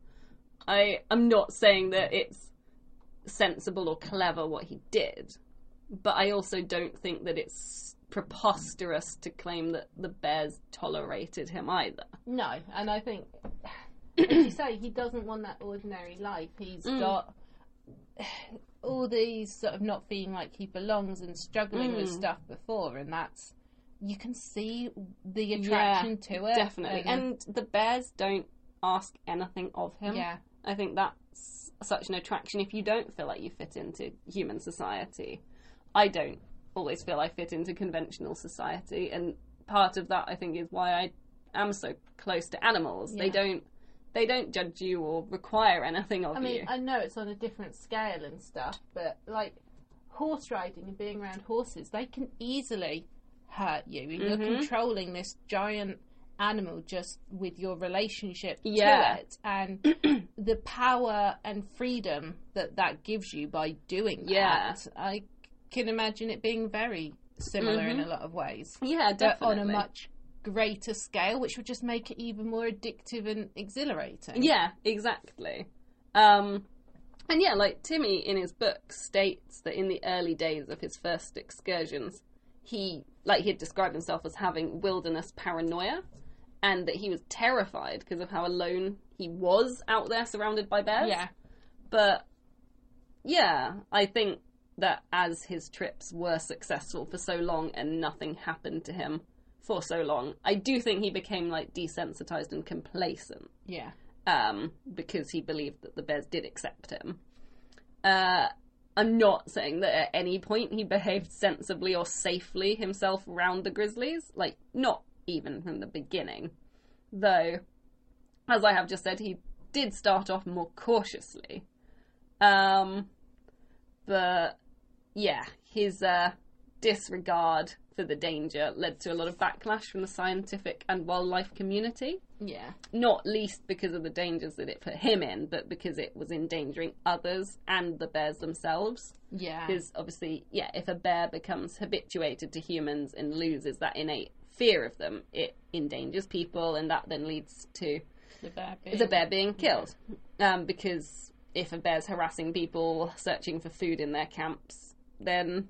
S2: I am not saying that it's sensible or clever what he did, but I also don't think that it's preposterous to claim that the bears tolerated him either.
S1: No, and I think, as you say, he doesn't want that ordinary life. He's got all these sort of not feeling like he belongs and struggling with stuff before, and that's you can see the attraction to it
S2: Definitely. And the bears don't ask anything of him.
S1: yeah,
S2: I think that's such an attraction if you don't feel like you fit into human society. I don't always feel I fit into conventional society, and part of that I think is why I am so close to animals. They
S1: Yeah.
S2: don't they don't judge you or require anything of
S1: I mean,
S2: you.
S1: I know it's on a different scale and stuff, but like horse riding and being around horses, they can easily hurt you. And
S2: Mm-hmm.
S1: You're controlling this giant animal just with your relationship
S2: Yeah.
S1: to it and the power and freedom that that gives you by doing that.
S2: Yeah.
S1: I can imagine it being very similar in a lot of ways,
S2: yeah,
S1: but
S2: Mm-hmm. definitely.
S1: on a much greater scale, which would just make it even more addictive and exhilarating.
S2: Yeah, exactly. Um, and yeah, like Timmy in his book states that in the early days of his first excursions, he like he had described himself as having wilderness paranoia, and that he was terrified because of how alone he was out there, surrounded by bears.
S1: Yeah.
S2: But yeah, I think that as his trips were successful for so long and nothing happened to him, for so long. I do think he became like desensitized and complacent
S1: Yeah.
S2: um, because he believed that the bears did accept him. Uh, I'm not saying that at any point he behaved sensibly or safely himself round the grizzlies, like, not even from the beginning. Though, as I have just said, he did start off more cautiously. Um, but yeah, his uh, disregard for the danger led to a lot of backlash from the scientific and wildlife community
S1: Yeah.
S2: not least because of the dangers that it put him in, but because it was endangering others and the bears themselves.
S1: Yeah.
S2: Because obviously, yeah, if a bear becomes habituated to humans and loses that innate fear of them, it endangers people, and that then leads to
S1: The bear
S2: the bear being killed. Um, because if a bear's harassing people searching for food in their camps, then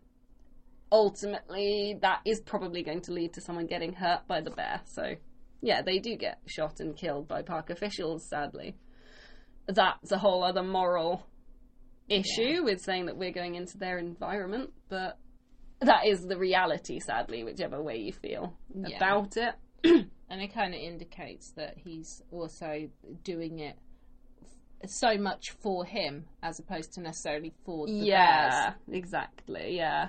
S2: ultimately that is probably going to lead to someone getting hurt by the bear. So, yeah, they do get shot and killed by park officials, sadly. That's a whole other moral issue with saying that we're going into their environment, but that is the reality, sadly, whichever way you feel
S1: Yeah.
S2: about it.
S1: and it kind of indicates that he's also doing it f- so much for him as opposed to necessarily for the
S2: yeah
S1: bears.
S2: exactly yeah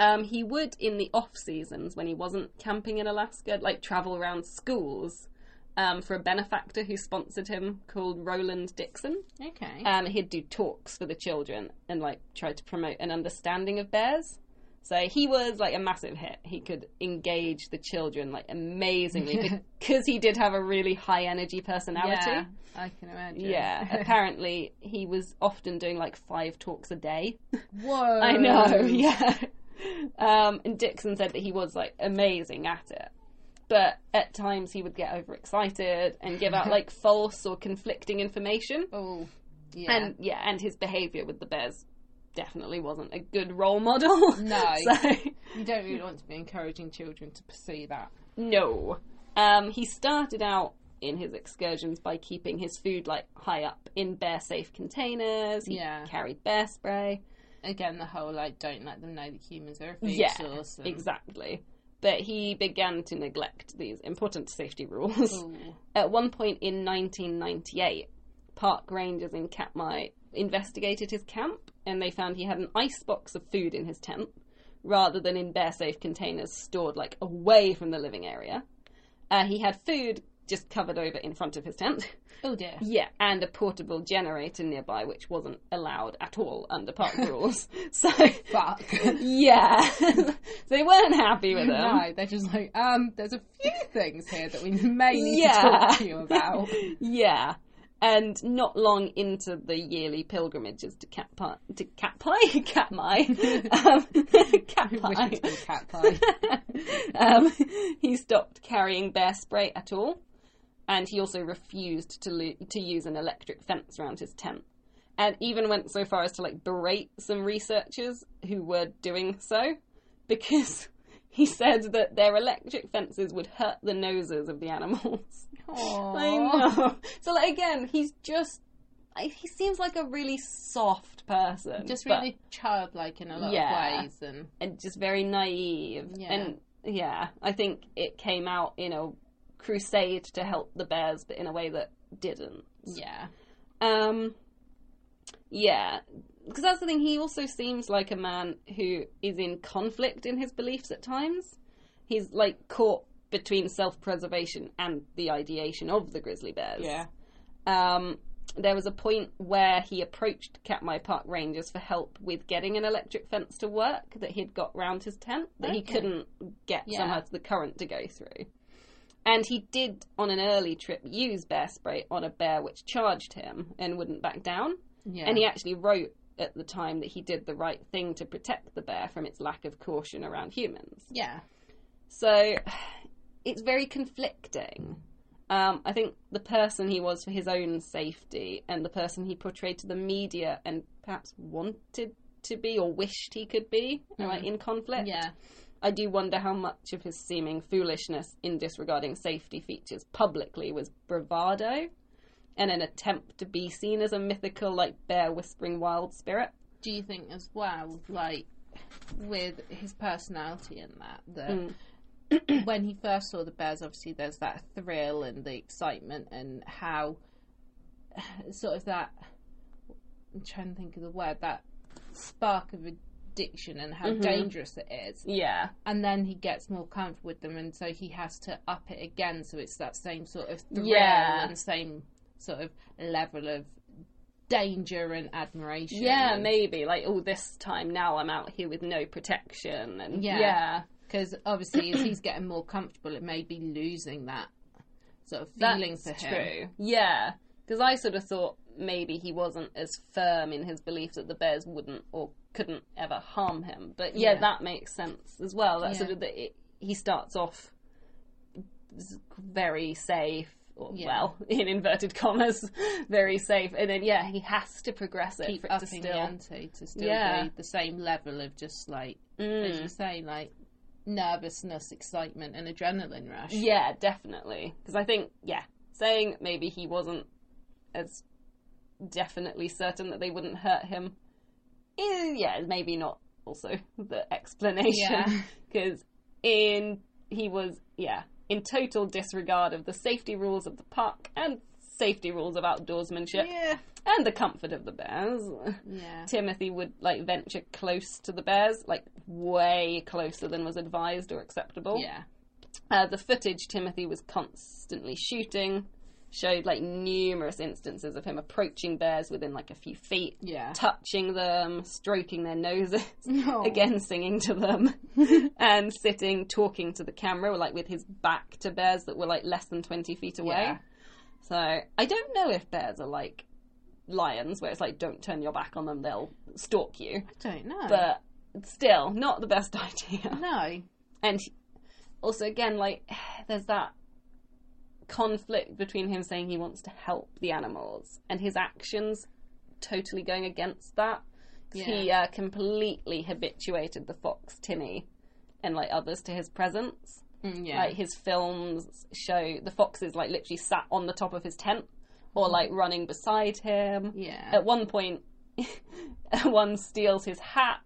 S2: um, he would in the off seasons when he wasn't camping in alaska like travel around schools um, for a benefactor who sponsored him called roland dixon
S1: Okay.
S2: um, he'd do talks for the children and like try to promote an understanding of bears so he was like a massive hit he could engage the children like amazingly because he did have a really high energy personality
S1: yeah, I can imagine.
S2: yeah apparently he was often doing like five talks a day
S1: Whoa.
S2: I know, yeah. Um, and Dixon said that he was like amazing at it, but at times he would get overexcited and give out like false or conflicting information.
S1: Oh. Yeah.
S2: And yeah, and his behaviour with the bears definitely wasn't a good role model.
S1: No.
S2: so,
S1: you don't really want to be encouraging children to pursue that.
S2: no. Um, he started out in his excursions by keeping his food like high up in bear safe containers. He
S1: Yeah.
S2: carried bear spray.
S1: Again, the whole like don't let them know that humans are a food
S2: Yeah,
S1: source. And,
S2: Exactly. But he began to neglect these important safety rules.
S1: Ooh.
S2: At one point in 1998, park rangers in Katmai investigated his camp and they found he had an icebox of food in his tent rather than in bear safe containers stored like away from the living area. Uh, he had food just covered over in front of his tent.
S1: Oh dear.
S2: Yeah, and a portable generator nearby, which wasn't allowed at all under park rules. So
S1: Fuck.
S2: yeah. they weren't happy with him.
S1: no, they're just like, um, there's a few things here that we may need
S2: Yeah.
S1: to talk to you about.
S2: Yeah. And not long into the yearly pilgrimages to Katpi, to Katpi, Katmai, um,
S1: Wish
S2: Katpi,
S1: it was a cat pie.
S2: um, he stopped carrying bear spray at all, and he also refused to lo- to use an electric fence around his tent, and even went so far as to like berate some researchers who were doing so, because he said that their electric fences would hurt the noses of the animals. I know. So like again, he's just. I- He seems like a really soft person,
S1: Just
S2: but-
S1: really childlike in a lot
S2: Yeah.
S1: of ways, and
S2: and just very naive.
S1: Yeah.
S2: And yeah, I think it came out in a crusade to help the bears, but in a way that didn't.
S1: yeah,
S2: Um, yeah, because that's the thing. He also seems like a man who is in conflict in his beliefs at times. He's like caught between self-preservation and the ideation of the grizzly bears.
S1: yeah,
S2: Um, there was a point where he approached Katmai Park Rangers for help with getting an electric fence to work that he'd got round his tent that he
S1: Okay.
S2: couldn't get
S1: Yeah.
S2: somehow to the current to go through. And he did, on an early trip, use bear spray on a bear which charged him and wouldn't back down.
S1: yeah.
S2: And he actually wrote at the time that he did the right thing to protect the bear from its lack of caution around humans.
S1: yeah,
S2: So it's very conflicting. Um, I think the person he was for his own safety and the person he portrayed to the media and perhaps wanted to be or wished he could be are, like, in conflict.
S1: yeah,
S2: I do wonder how much of his seeming foolishness in disregarding safety features publicly was bravado and an attempt to be seen as a mythical, like, bear whispering wild spirit.
S1: Do you think as well, like with his personality and that, that
S2: Mm.
S1: when he first saw the bears, obviously there's that thrill and the excitement and how sort of that. I'm trying to think of the word that spark of addiction and how
S2: Mm-hmm.
S1: dangerous it is.
S2: Yeah.
S1: And then he gets more comfortable with them, and so he has to up it again. So it's that same sort of thrill
S2: Yeah.
S1: and same sort of level of danger and admiration.
S2: Yeah, maybe. Like, oh, this time now I'm out here with no protection. And
S1: Yeah.
S2: yeah.
S1: because obviously as he's getting more comfortable, it may be losing that sort of feeling
S2: That's
S1: for him.
S2: true. Yeah. Because I sort of thought maybe he wasn't as firm in his belief that the bears wouldn't or couldn't ever harm him. But yeah,
S1: Yeah.
S2: that makes sense as well. That
S1: Yeah.
S2: sort of that it, he starts off s- very safe. Or,
S1: Yeah.
S2: Well, in inverted commas, very safe, and then yeah, he has to progress it
S1: Keep
S2: for it to
S1: upping the
S2: still.
S1: ante to still
S2: Yeah.
S1: be the same level of just like
S2: Mm.
S1: as you say, like nervousness, excitement, and adrenaline rush.
S2: Yeah, definitely. Because I think, yeah, saying maybe he wasn't as definitely certain that they wouldn't hurt him, eh, yeah, maybe not also the
S1: Yeah.
S2: explanation. Because in he was, yeah, in total disregard of the safety rules of the park and safety rules of outdoorsmanship
S1: yeah,
S2: and the comfort of the bears.
S1: yeah,
S2: Timothy would like venture close to the bears, like way closer than was advised or acceptable.
S1: yeah.
S2: Uh, the footage Timothy was constantly shooting showed like numerous instances of him approaching bears within like a few feet,
S1: Yeah.
S2: touching them, stroking their noses,
S1: Oh.
S2: again singing to them, and sitting talking to the camera, like with his back to bears that were like less than 20 feet away.
S1: Yeah.
S2: So I don't know if bears are like lions, where it's like don't turn your back on them, they'll stalk you.
S1: I don't know.
S2: But still, not the best idea
S1: no,
S2: and he- also again like there's that conflict between him saying he wants to help the animals and his actions totally going against that 'Cause he uh, completely habituated the fox timmy and like others to his presence
S1: Mm, yeah,
S2: like his films show the foxes like literally sat on the top of his tent or like running beside him
S1: Mm-hmm. yeah,
S2: at one point, one steals his hat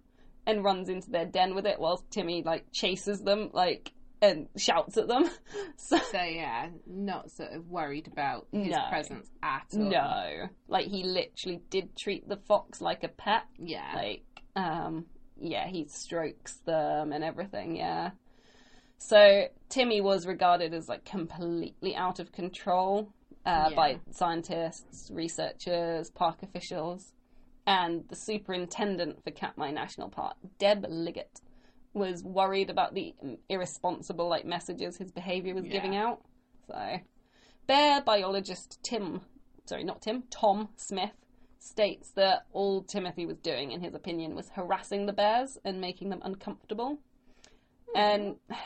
S2: and runs into their den with it, whilst Timmy like chases them, like and shouts at them. So
S1: so yeah, not sort of worried about his
S2: No.
S1: presence at all.
S2: no, like he literally did treat the fox like a pet.
S1: Yeah,
S2: Like, um, yeah, he strokes them and everything. Yeah. So Timmy was regarded as like completely out of control uh,
S1: Yeah.
S2: by scientists, researchers, park officials, and the superintendent for Katmai National Park, Deb Liggett, was worried about the um, irresponsible like messages his behavior was
S1: Yeah.
S2: giving out. So, bear biologist Tim, sorry, not Tim, Tom Smith states that all Timothy was doing, in his opinion, was harassing the bears and making them uncomfortable.
S1: Hmm.
S2: And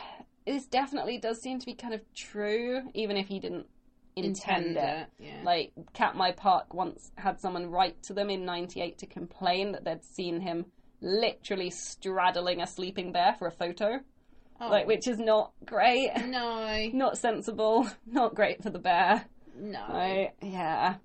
S2: this definitely does seem to be kind of true, even if he didn't intend,
S1: intend
S2: it.
S1: it. Yeah,
S2: Like Katmai Park once had someone write to them in '98 to complain that they'd seen him literally straddling a sleeping bear for a photo,
S1: oh,
S2: like which is not great,
S1: no,
S2: not sensible, not great for the bear.
S1: no,
S2: Right, yeah.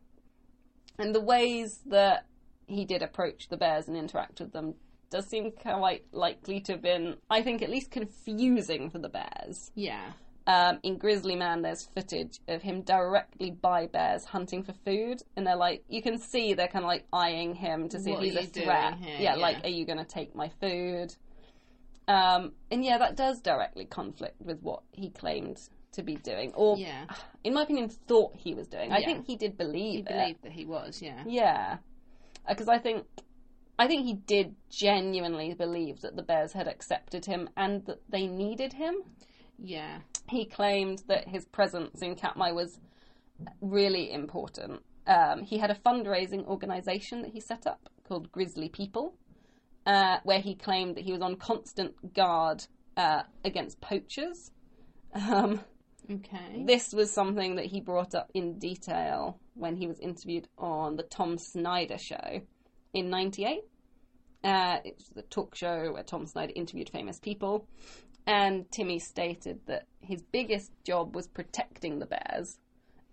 S2: And the ways that he did approach the bears and interact with them does seem quite likely to have been, I think, at least confusing for the bears.
S1: yeah,
S2: Um, in Grizzly Man, there's footage of him directly by bears hunting for food, and they're like, you can see they're kind of like eyeing him to see
S1: What
S2: if he's
S1: are
S2: a
S1: you doing
S2: threat.
S1: here? Yeah.
S2: Yeah, like, are you going to take my food? Um, and yeah, that does directly conflict with what he claimed to be doing, or
S1: yeah.
S2: in my opinion, thought he was doing. I
S1: Yeah.
S2: think he did believe
S1: He
S2: it.
S1: believed that he was. Yeah,
S2: Yeah, because I think, I think he did genuinely believe that the Bears had accepted him and that they needed him.
S1: yeah,
S2: He claimed that his presence in Katmai was really important. Um, he had a fundraising organisation that he set up called Grizzly People, uh, where he claimed that he was on constant guard uh, against poachers. Um,
S1: okay,
S2: this was something that he brought up in detail when he was interviewed on the Tom Snyder show in 98. Uh, it was the talk show where Tom Snyder interviewed famous people. And Timmy stated that his biggest job was protecting the bears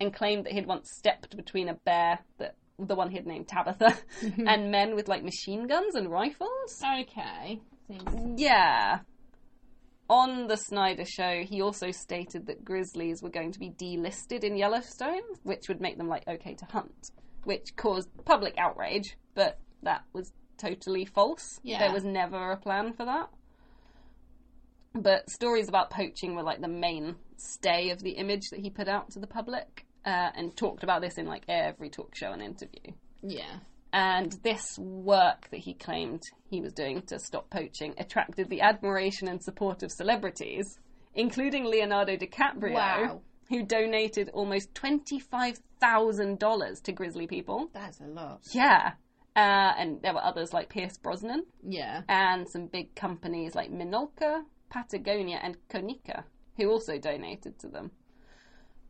S2: and claimed that he'd once stepped between a bear, that, the one he'd named Tabitha, and men with like machine guns and rifles.
S1: okay. Seems
S2: Yeah. on the Snyder show, he also stated that grizzlies were going to be delisted in Yellowstone, which would make them like okay to hunt, which caused public outrage, but that was totally false.
S3: Yeah.
S2: There was never a plan for that. But stories about poaching were like the main stay of the image that he put out to the public, uh, and talked about this in like every talk show and interview.
S3: Yeah.
S2: And this work that he claimed he was doing to stop poaching attracted the admiration and support of celebrities, including Leonardo DiCaprio,
S3: Wow.
S2: who donated almost $25,000 to grizzly people.
S3: That's a lot.
S2: Yeah. Uh, and there were others like Pierce Brosnan
S3: Yeah.
S2: and some big companies like Minolta, Patagonia, and Konica, who also donated to them.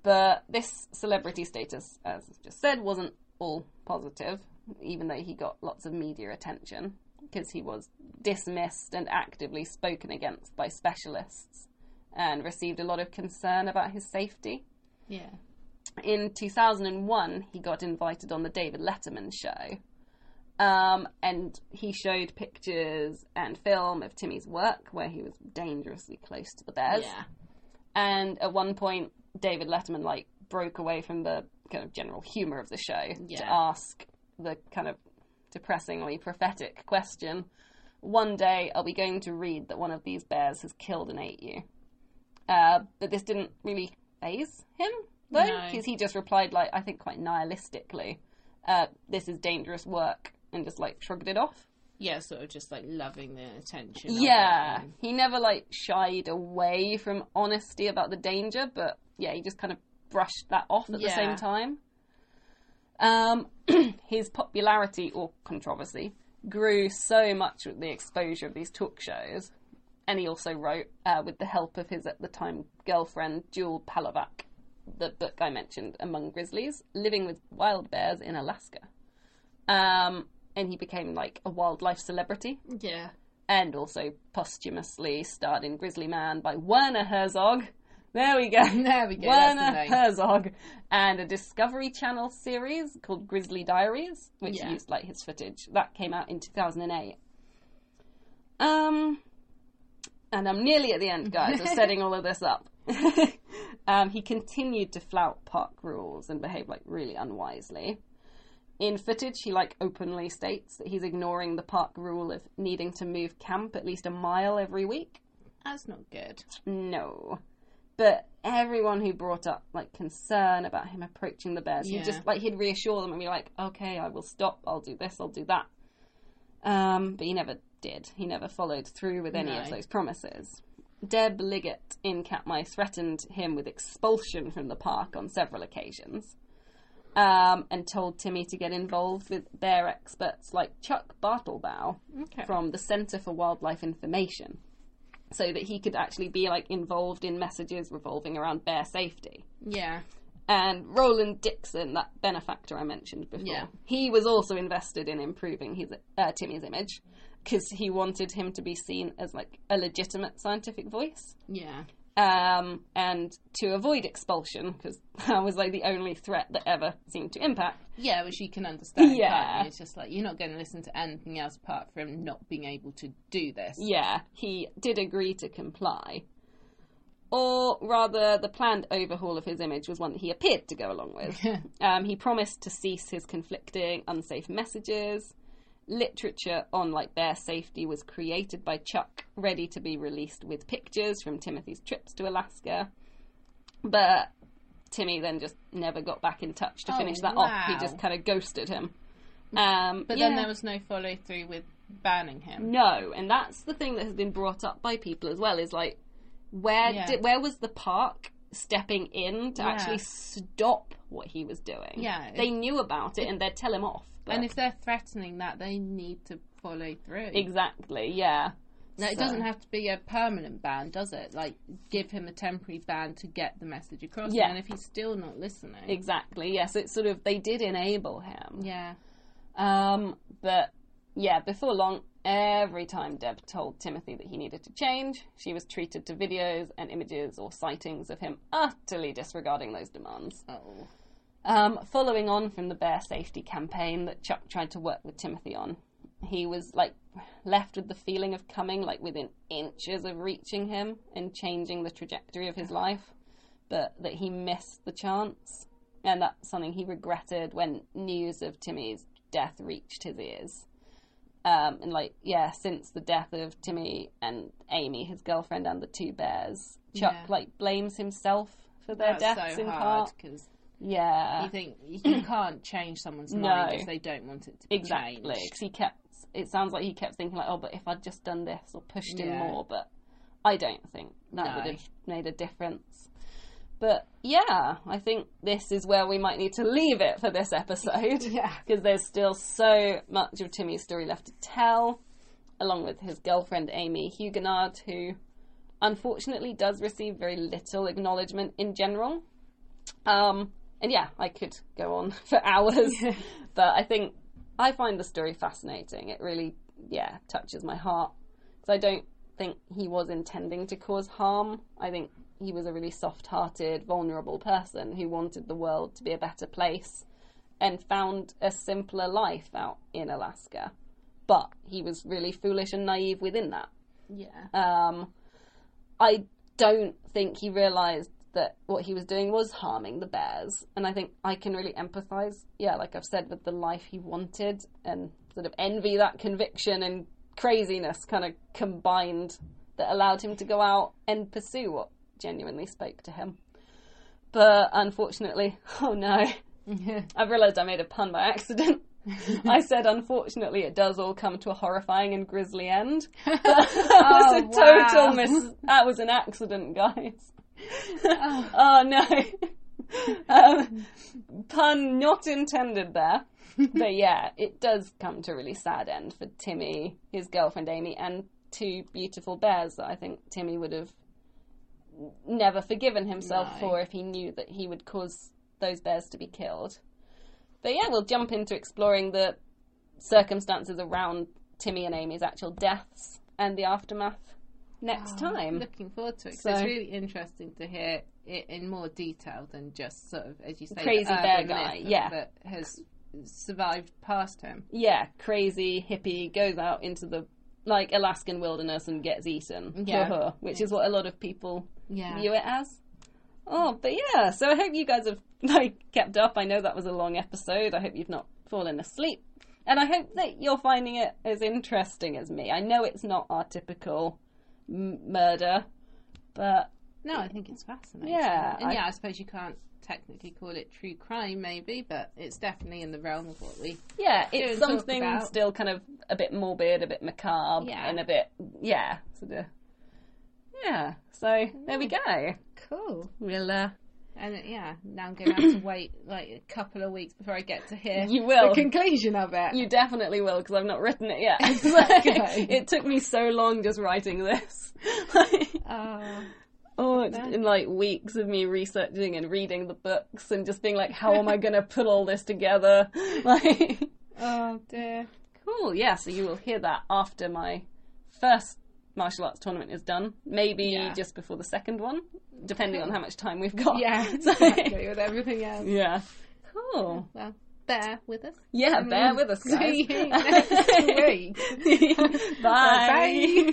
S2: But this celebrity status, as I just said, wasn't all positive, even though he got lots of media attention because he was dismissed and actively spoken against by specialists and received a lot of concern about his safety.
S3: Yeah.
S2: In 2001, he got invited on the David Letterman show. Um, and he showed pictures and film of Timmy's work where he was dangerously close to the bears.
S3: Yeah.
S2: And at one point, David Letterman like broke away from the kind of general humor of the show to
S3: Yeah.
S2: ask the kind of depressingly prophetic question. One day, are we going to read that one of these bears has killed and ate you? Uh, but this didn't really phase him though,
S3: No.
S2: because he just replied like I think quite nihilistically, uh, "This is dangerous work," and just like shrugged it off.
S3: Yeah, sort of just like loving the attention. of it
S2: Yeah,
S3: and-
S2: he never like shied away from honesty about the danger, but yeah, he just kind of brushed that off at the
S3: Yeah.
S2: same time. Um, his popularity or controversy grew so much with the exposure of these talk shows, and he also wrote, uh, with the help of his at the time girlfriend Jewel Palavac, the book I mentioned, Among Grizzlies, Living with Wild Bears in Alaska. Um, and he became like a wildlife celebrity
S3: Yeah.
S2: and also posthumously starred in Grizzly Man by Werner Herzog. There we go.
S3: There we go, that's the
S2: Werner
S3: name.
S2: Herzog, and a Discovery Channel series called Grizzly Diaries, which
S3: Yeah.
S2: used like his footage. That came out in 2008. Um, and I'm nearly at the end, guys, of setting all of this up. um, he continued to flout park rules and behave like really unwisely. In footage, he like openly states that he's ignoring the park rule of needing to move camp at least a mile every week.
S3: That's not good.
S2: No. But everyone who brought up like concern about him approaching the bears, he
S3: Yeah.
S2: just like he'd reassure them and be like, "Okay, I will stop. I'll do this. I'll do that." Um, but he never did. He never followed through with any of
S3: No.
S2: those promises. Deb Liggett in Katmai threatened him with expulsion from the park on several occasions, um, and told Timmy to get involved with bear experts like Chuck Bartlebow
S3: Okay.
S2: from the Center for Wildlife Information so that he could actually be like involved in messages revolving around bear safety.
S3: Yeah.
S2: And Roland Dixon, that benefactor I mentioned before,
S3: Yeah.
S2: he was also invested in improving his uh, Timmy's image because he wanted him to be seen as like a legitimate scientific voice.
S3: Yeah.
S2: Um, and to avoid expulsion, because that was like the only threat that ever seemed to impact,
S3: Yeah, which you can understand.
S2: Yeah.
S3: Yeah. It's just like you're not going to listen to anything else apart from not being able to do this.
S2: Yeah, he did agree to comply. Or rather, the planned overhaul of his image was one that he appeared to go along with. um, he promised to cease his conflicting, unsafe messages. Literature on like bear safety was created by Chuck, ready to be released with pictures from Timothy's trips to Alaska. But Timmy then just never got back in touch to
S3: Oh,
S2: finish that off. He
S3: wow.
S2: just kind of ghosted him. Um,
S3: But
S2: yeah.
S3: then there was no follow through with banning him.
S2: No, and that's the thing that has been brought up by people as well is like, where
S3: Yeah.
S2: did where was the park stepping in to
S3: Yeah.
S2: actually stop what he was doing?
S3: Yeah,
S2: they knew about it and they'd tell him off. But
S3: And if they're threatening that, they need to follow through.
S2: exactly, yeah,
S3: Now, it
S2: So-
S3: doesn't have to be a permanent ban, does it? Like, give him a temporary ban to get the message across.
S2: Yeah.
S3: And if he's still not listening.
S2: exactly, yes. It's sort of they did enable him,
S3: yeah.
S2: um, but yeah, before long. Every time Deb told Timothy that he needed to change, she was treated to videos and images or sightings of him utterly disregarding those demands.
S3: Oh.
S2: Um, following on from the bear safety campaign that Chuck tried to work with Timothy on, he was like left with the feeling of coming like within inches of reaching him and changing the trajectory of his life, but that he missed the chance. And that's something he regretted when news of Timmy's death reached his ears. Um, and like, yeah, since the death of Timmy and Amy, his girlfriend and the two bears, Chuck
S1: Yeah.
S2: like blames himself for their deaths
S1: That's so
S2: in
S1: hard
S2: part.
S1: because
S2: Yeah,
S1: you think you can't change someone's
S2: No.
S1: mind if they don't want it to be
S2: exactly.
S1: changed.
S2: 'Cause he kept. It sounds like he kept thinking like, oh, but if I'd just done this or pushed him
S1: Yeah.
S2: more, but I don't think that
S1: No.
S2: would have made a difference. But yeah, I think this is where we might need to leave it for this episode.
S1: Yeah.
S2: because there's still so much of Timmy's story left to tell, along with his girlfriend Amy Huguenard, who unfortunately does receive very little acknowledgement in general. Um, and yeah, I could go on for hours, but I think I find the story fascinating. It really, yeah, touches my heart because I don't think he was intending to cause harm. I think he was a really soft-hearted, vulnerable person who wanted the world to be a better place and found a simpler life out in Alaska. But he was really foolish and naive within that.
S3: Yeah.
S2: Um, I don't think he realised that what he was doing was harming the bears. And I think I can really empathise, yeah, like I've said, with the life he wanted and sort of envy that conviction and craziness kind of combined that allowed him to go out and pursue what genuinely spoke to him. But unfortunately, oh no, I've realised I made a pun by accident. I said, unfortunately, it does all come to a horrifying and grisly end. But that was a
S1: Oh,
S2: total
S1: wow.
S2: mis. That was an accident, guys. oh. no. um, pun not intended there. But yeah, it does come to a really sad end for Timmy, his girlfriend Amy, and two beautiful bears that I think Timmy would have never forgiven himself
S1: No.
S2: for if he knew that he would cause those bears to be killed. But yeah, we'll jump into exploring the circumstances around Timmy and Amy's actual deaths and the aftermath next time.
S1: Looking forward to it. 'cause
S2: Mm. So-
S1: it's really interesting to hear it in more detail than just sort of, as you say, the
S2: Crazy bear
S1: urban
S2: guy,
S1: myth
S2: yeah.
S1: that has survived past him.
S2: yeah, crazy hippie goes out into the like Alaskan wilderness and gets eaten,
S1: Yeah.
S2: Ho-ho, which is what a lot of people
S1: Yeah.
S2: view it as. Oh, but yeah, so I hope you guys have like kept up. I know that was a long episode. I hope you've not fallen asleep. And I hope that you're finding it as interesting as me. I know it's not our typical m- murder, but
S1: No, I think it's fascinating.
S2: Yeah,
S1: and
S2: I-
S1: yeah, I suppose you can't technically call it true crime, maybe, but it's definitely in the realm of what we.
S2: yeah,
S1: Do
S2: it's
S1: talk
S2: something
S1: about.
S2: still kind of a bit morbid, a bit macabre,
S1: Yeah.
S2: and a bit yeah, sort of yeah. So there we go.
S1: Cool.
S2: We'll uh,
S1: And Mm. uh, yeah, now I'm going to have to wait like a couple of weeks before I get to hear
S2: You will.
S1: the conclusion of it.
S2: You definitely will because I've not written it yet.
S1: Exactly.
S2: it took me so long just writing this.
S1: Oh,
S2: oh, it's been like weeks of me researching and reading the books and just being like, how am I going to put all this together? Like,
S1: oh dear.
S2: cool. Yeah. So you will hear that after my first martial arts tournament is done. Maybe
S1: Yeah.
S2: just before the second one, depending on how much time we've got.
S1: Yeah,
S2: So-
S1: exactly, with everything else.
S2: yeah. Cool.
S1: Well, bear with us.
S2: Yeah,
S1: Mm.
S2: bear with us, guys.
S1: See you next week.
S2: Bye.
S1: Bye.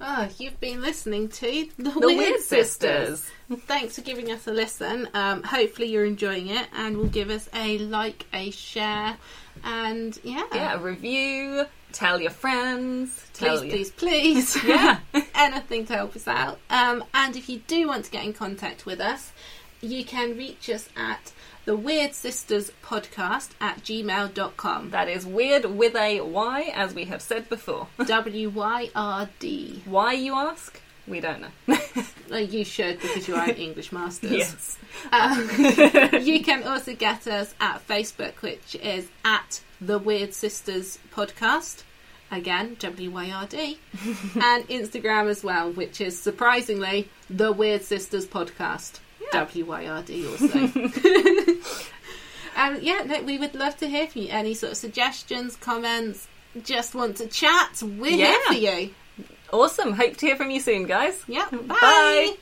S1: Oh, you've been listening to The,
S2: The
S1: Weird, Sisters. Thanks for giving us a listen. Um, hopefully, you're enjoying it and will give us a like, a share, and yeah.
S2: Yeah, review, tell your friends, tell
S1: Please,
S2: your...
S1: please, please.
S2: Yeah.
S1: Anything to help us out. Um, and if you do want to get in contact with us, you can reach us at the Weird Sisters Podcast at gmail.com.
S2: That is weird with a Y, as we have said before.
S1: W Y R D.
S2: Why, you ask? We don't know.
S1: Oh, you should because you are an English masters.
S2: yes.
S1: Um, you can also get us at Facebook, which is at the Weird Sisters Podcast. Again, W Y R D. and Instagram as well, which is surprisingly the Weird Sisters Podcast. W Y R D also. Um, yeah, no, we would love to hear from you. Any sort of suggestions, comments, just want to chat, we're
S2: Yeah.
S1: here for you.
S2: Awesome. Hope to hear from you soon, guys.
S1: Yeah, bye.
S2: Bye.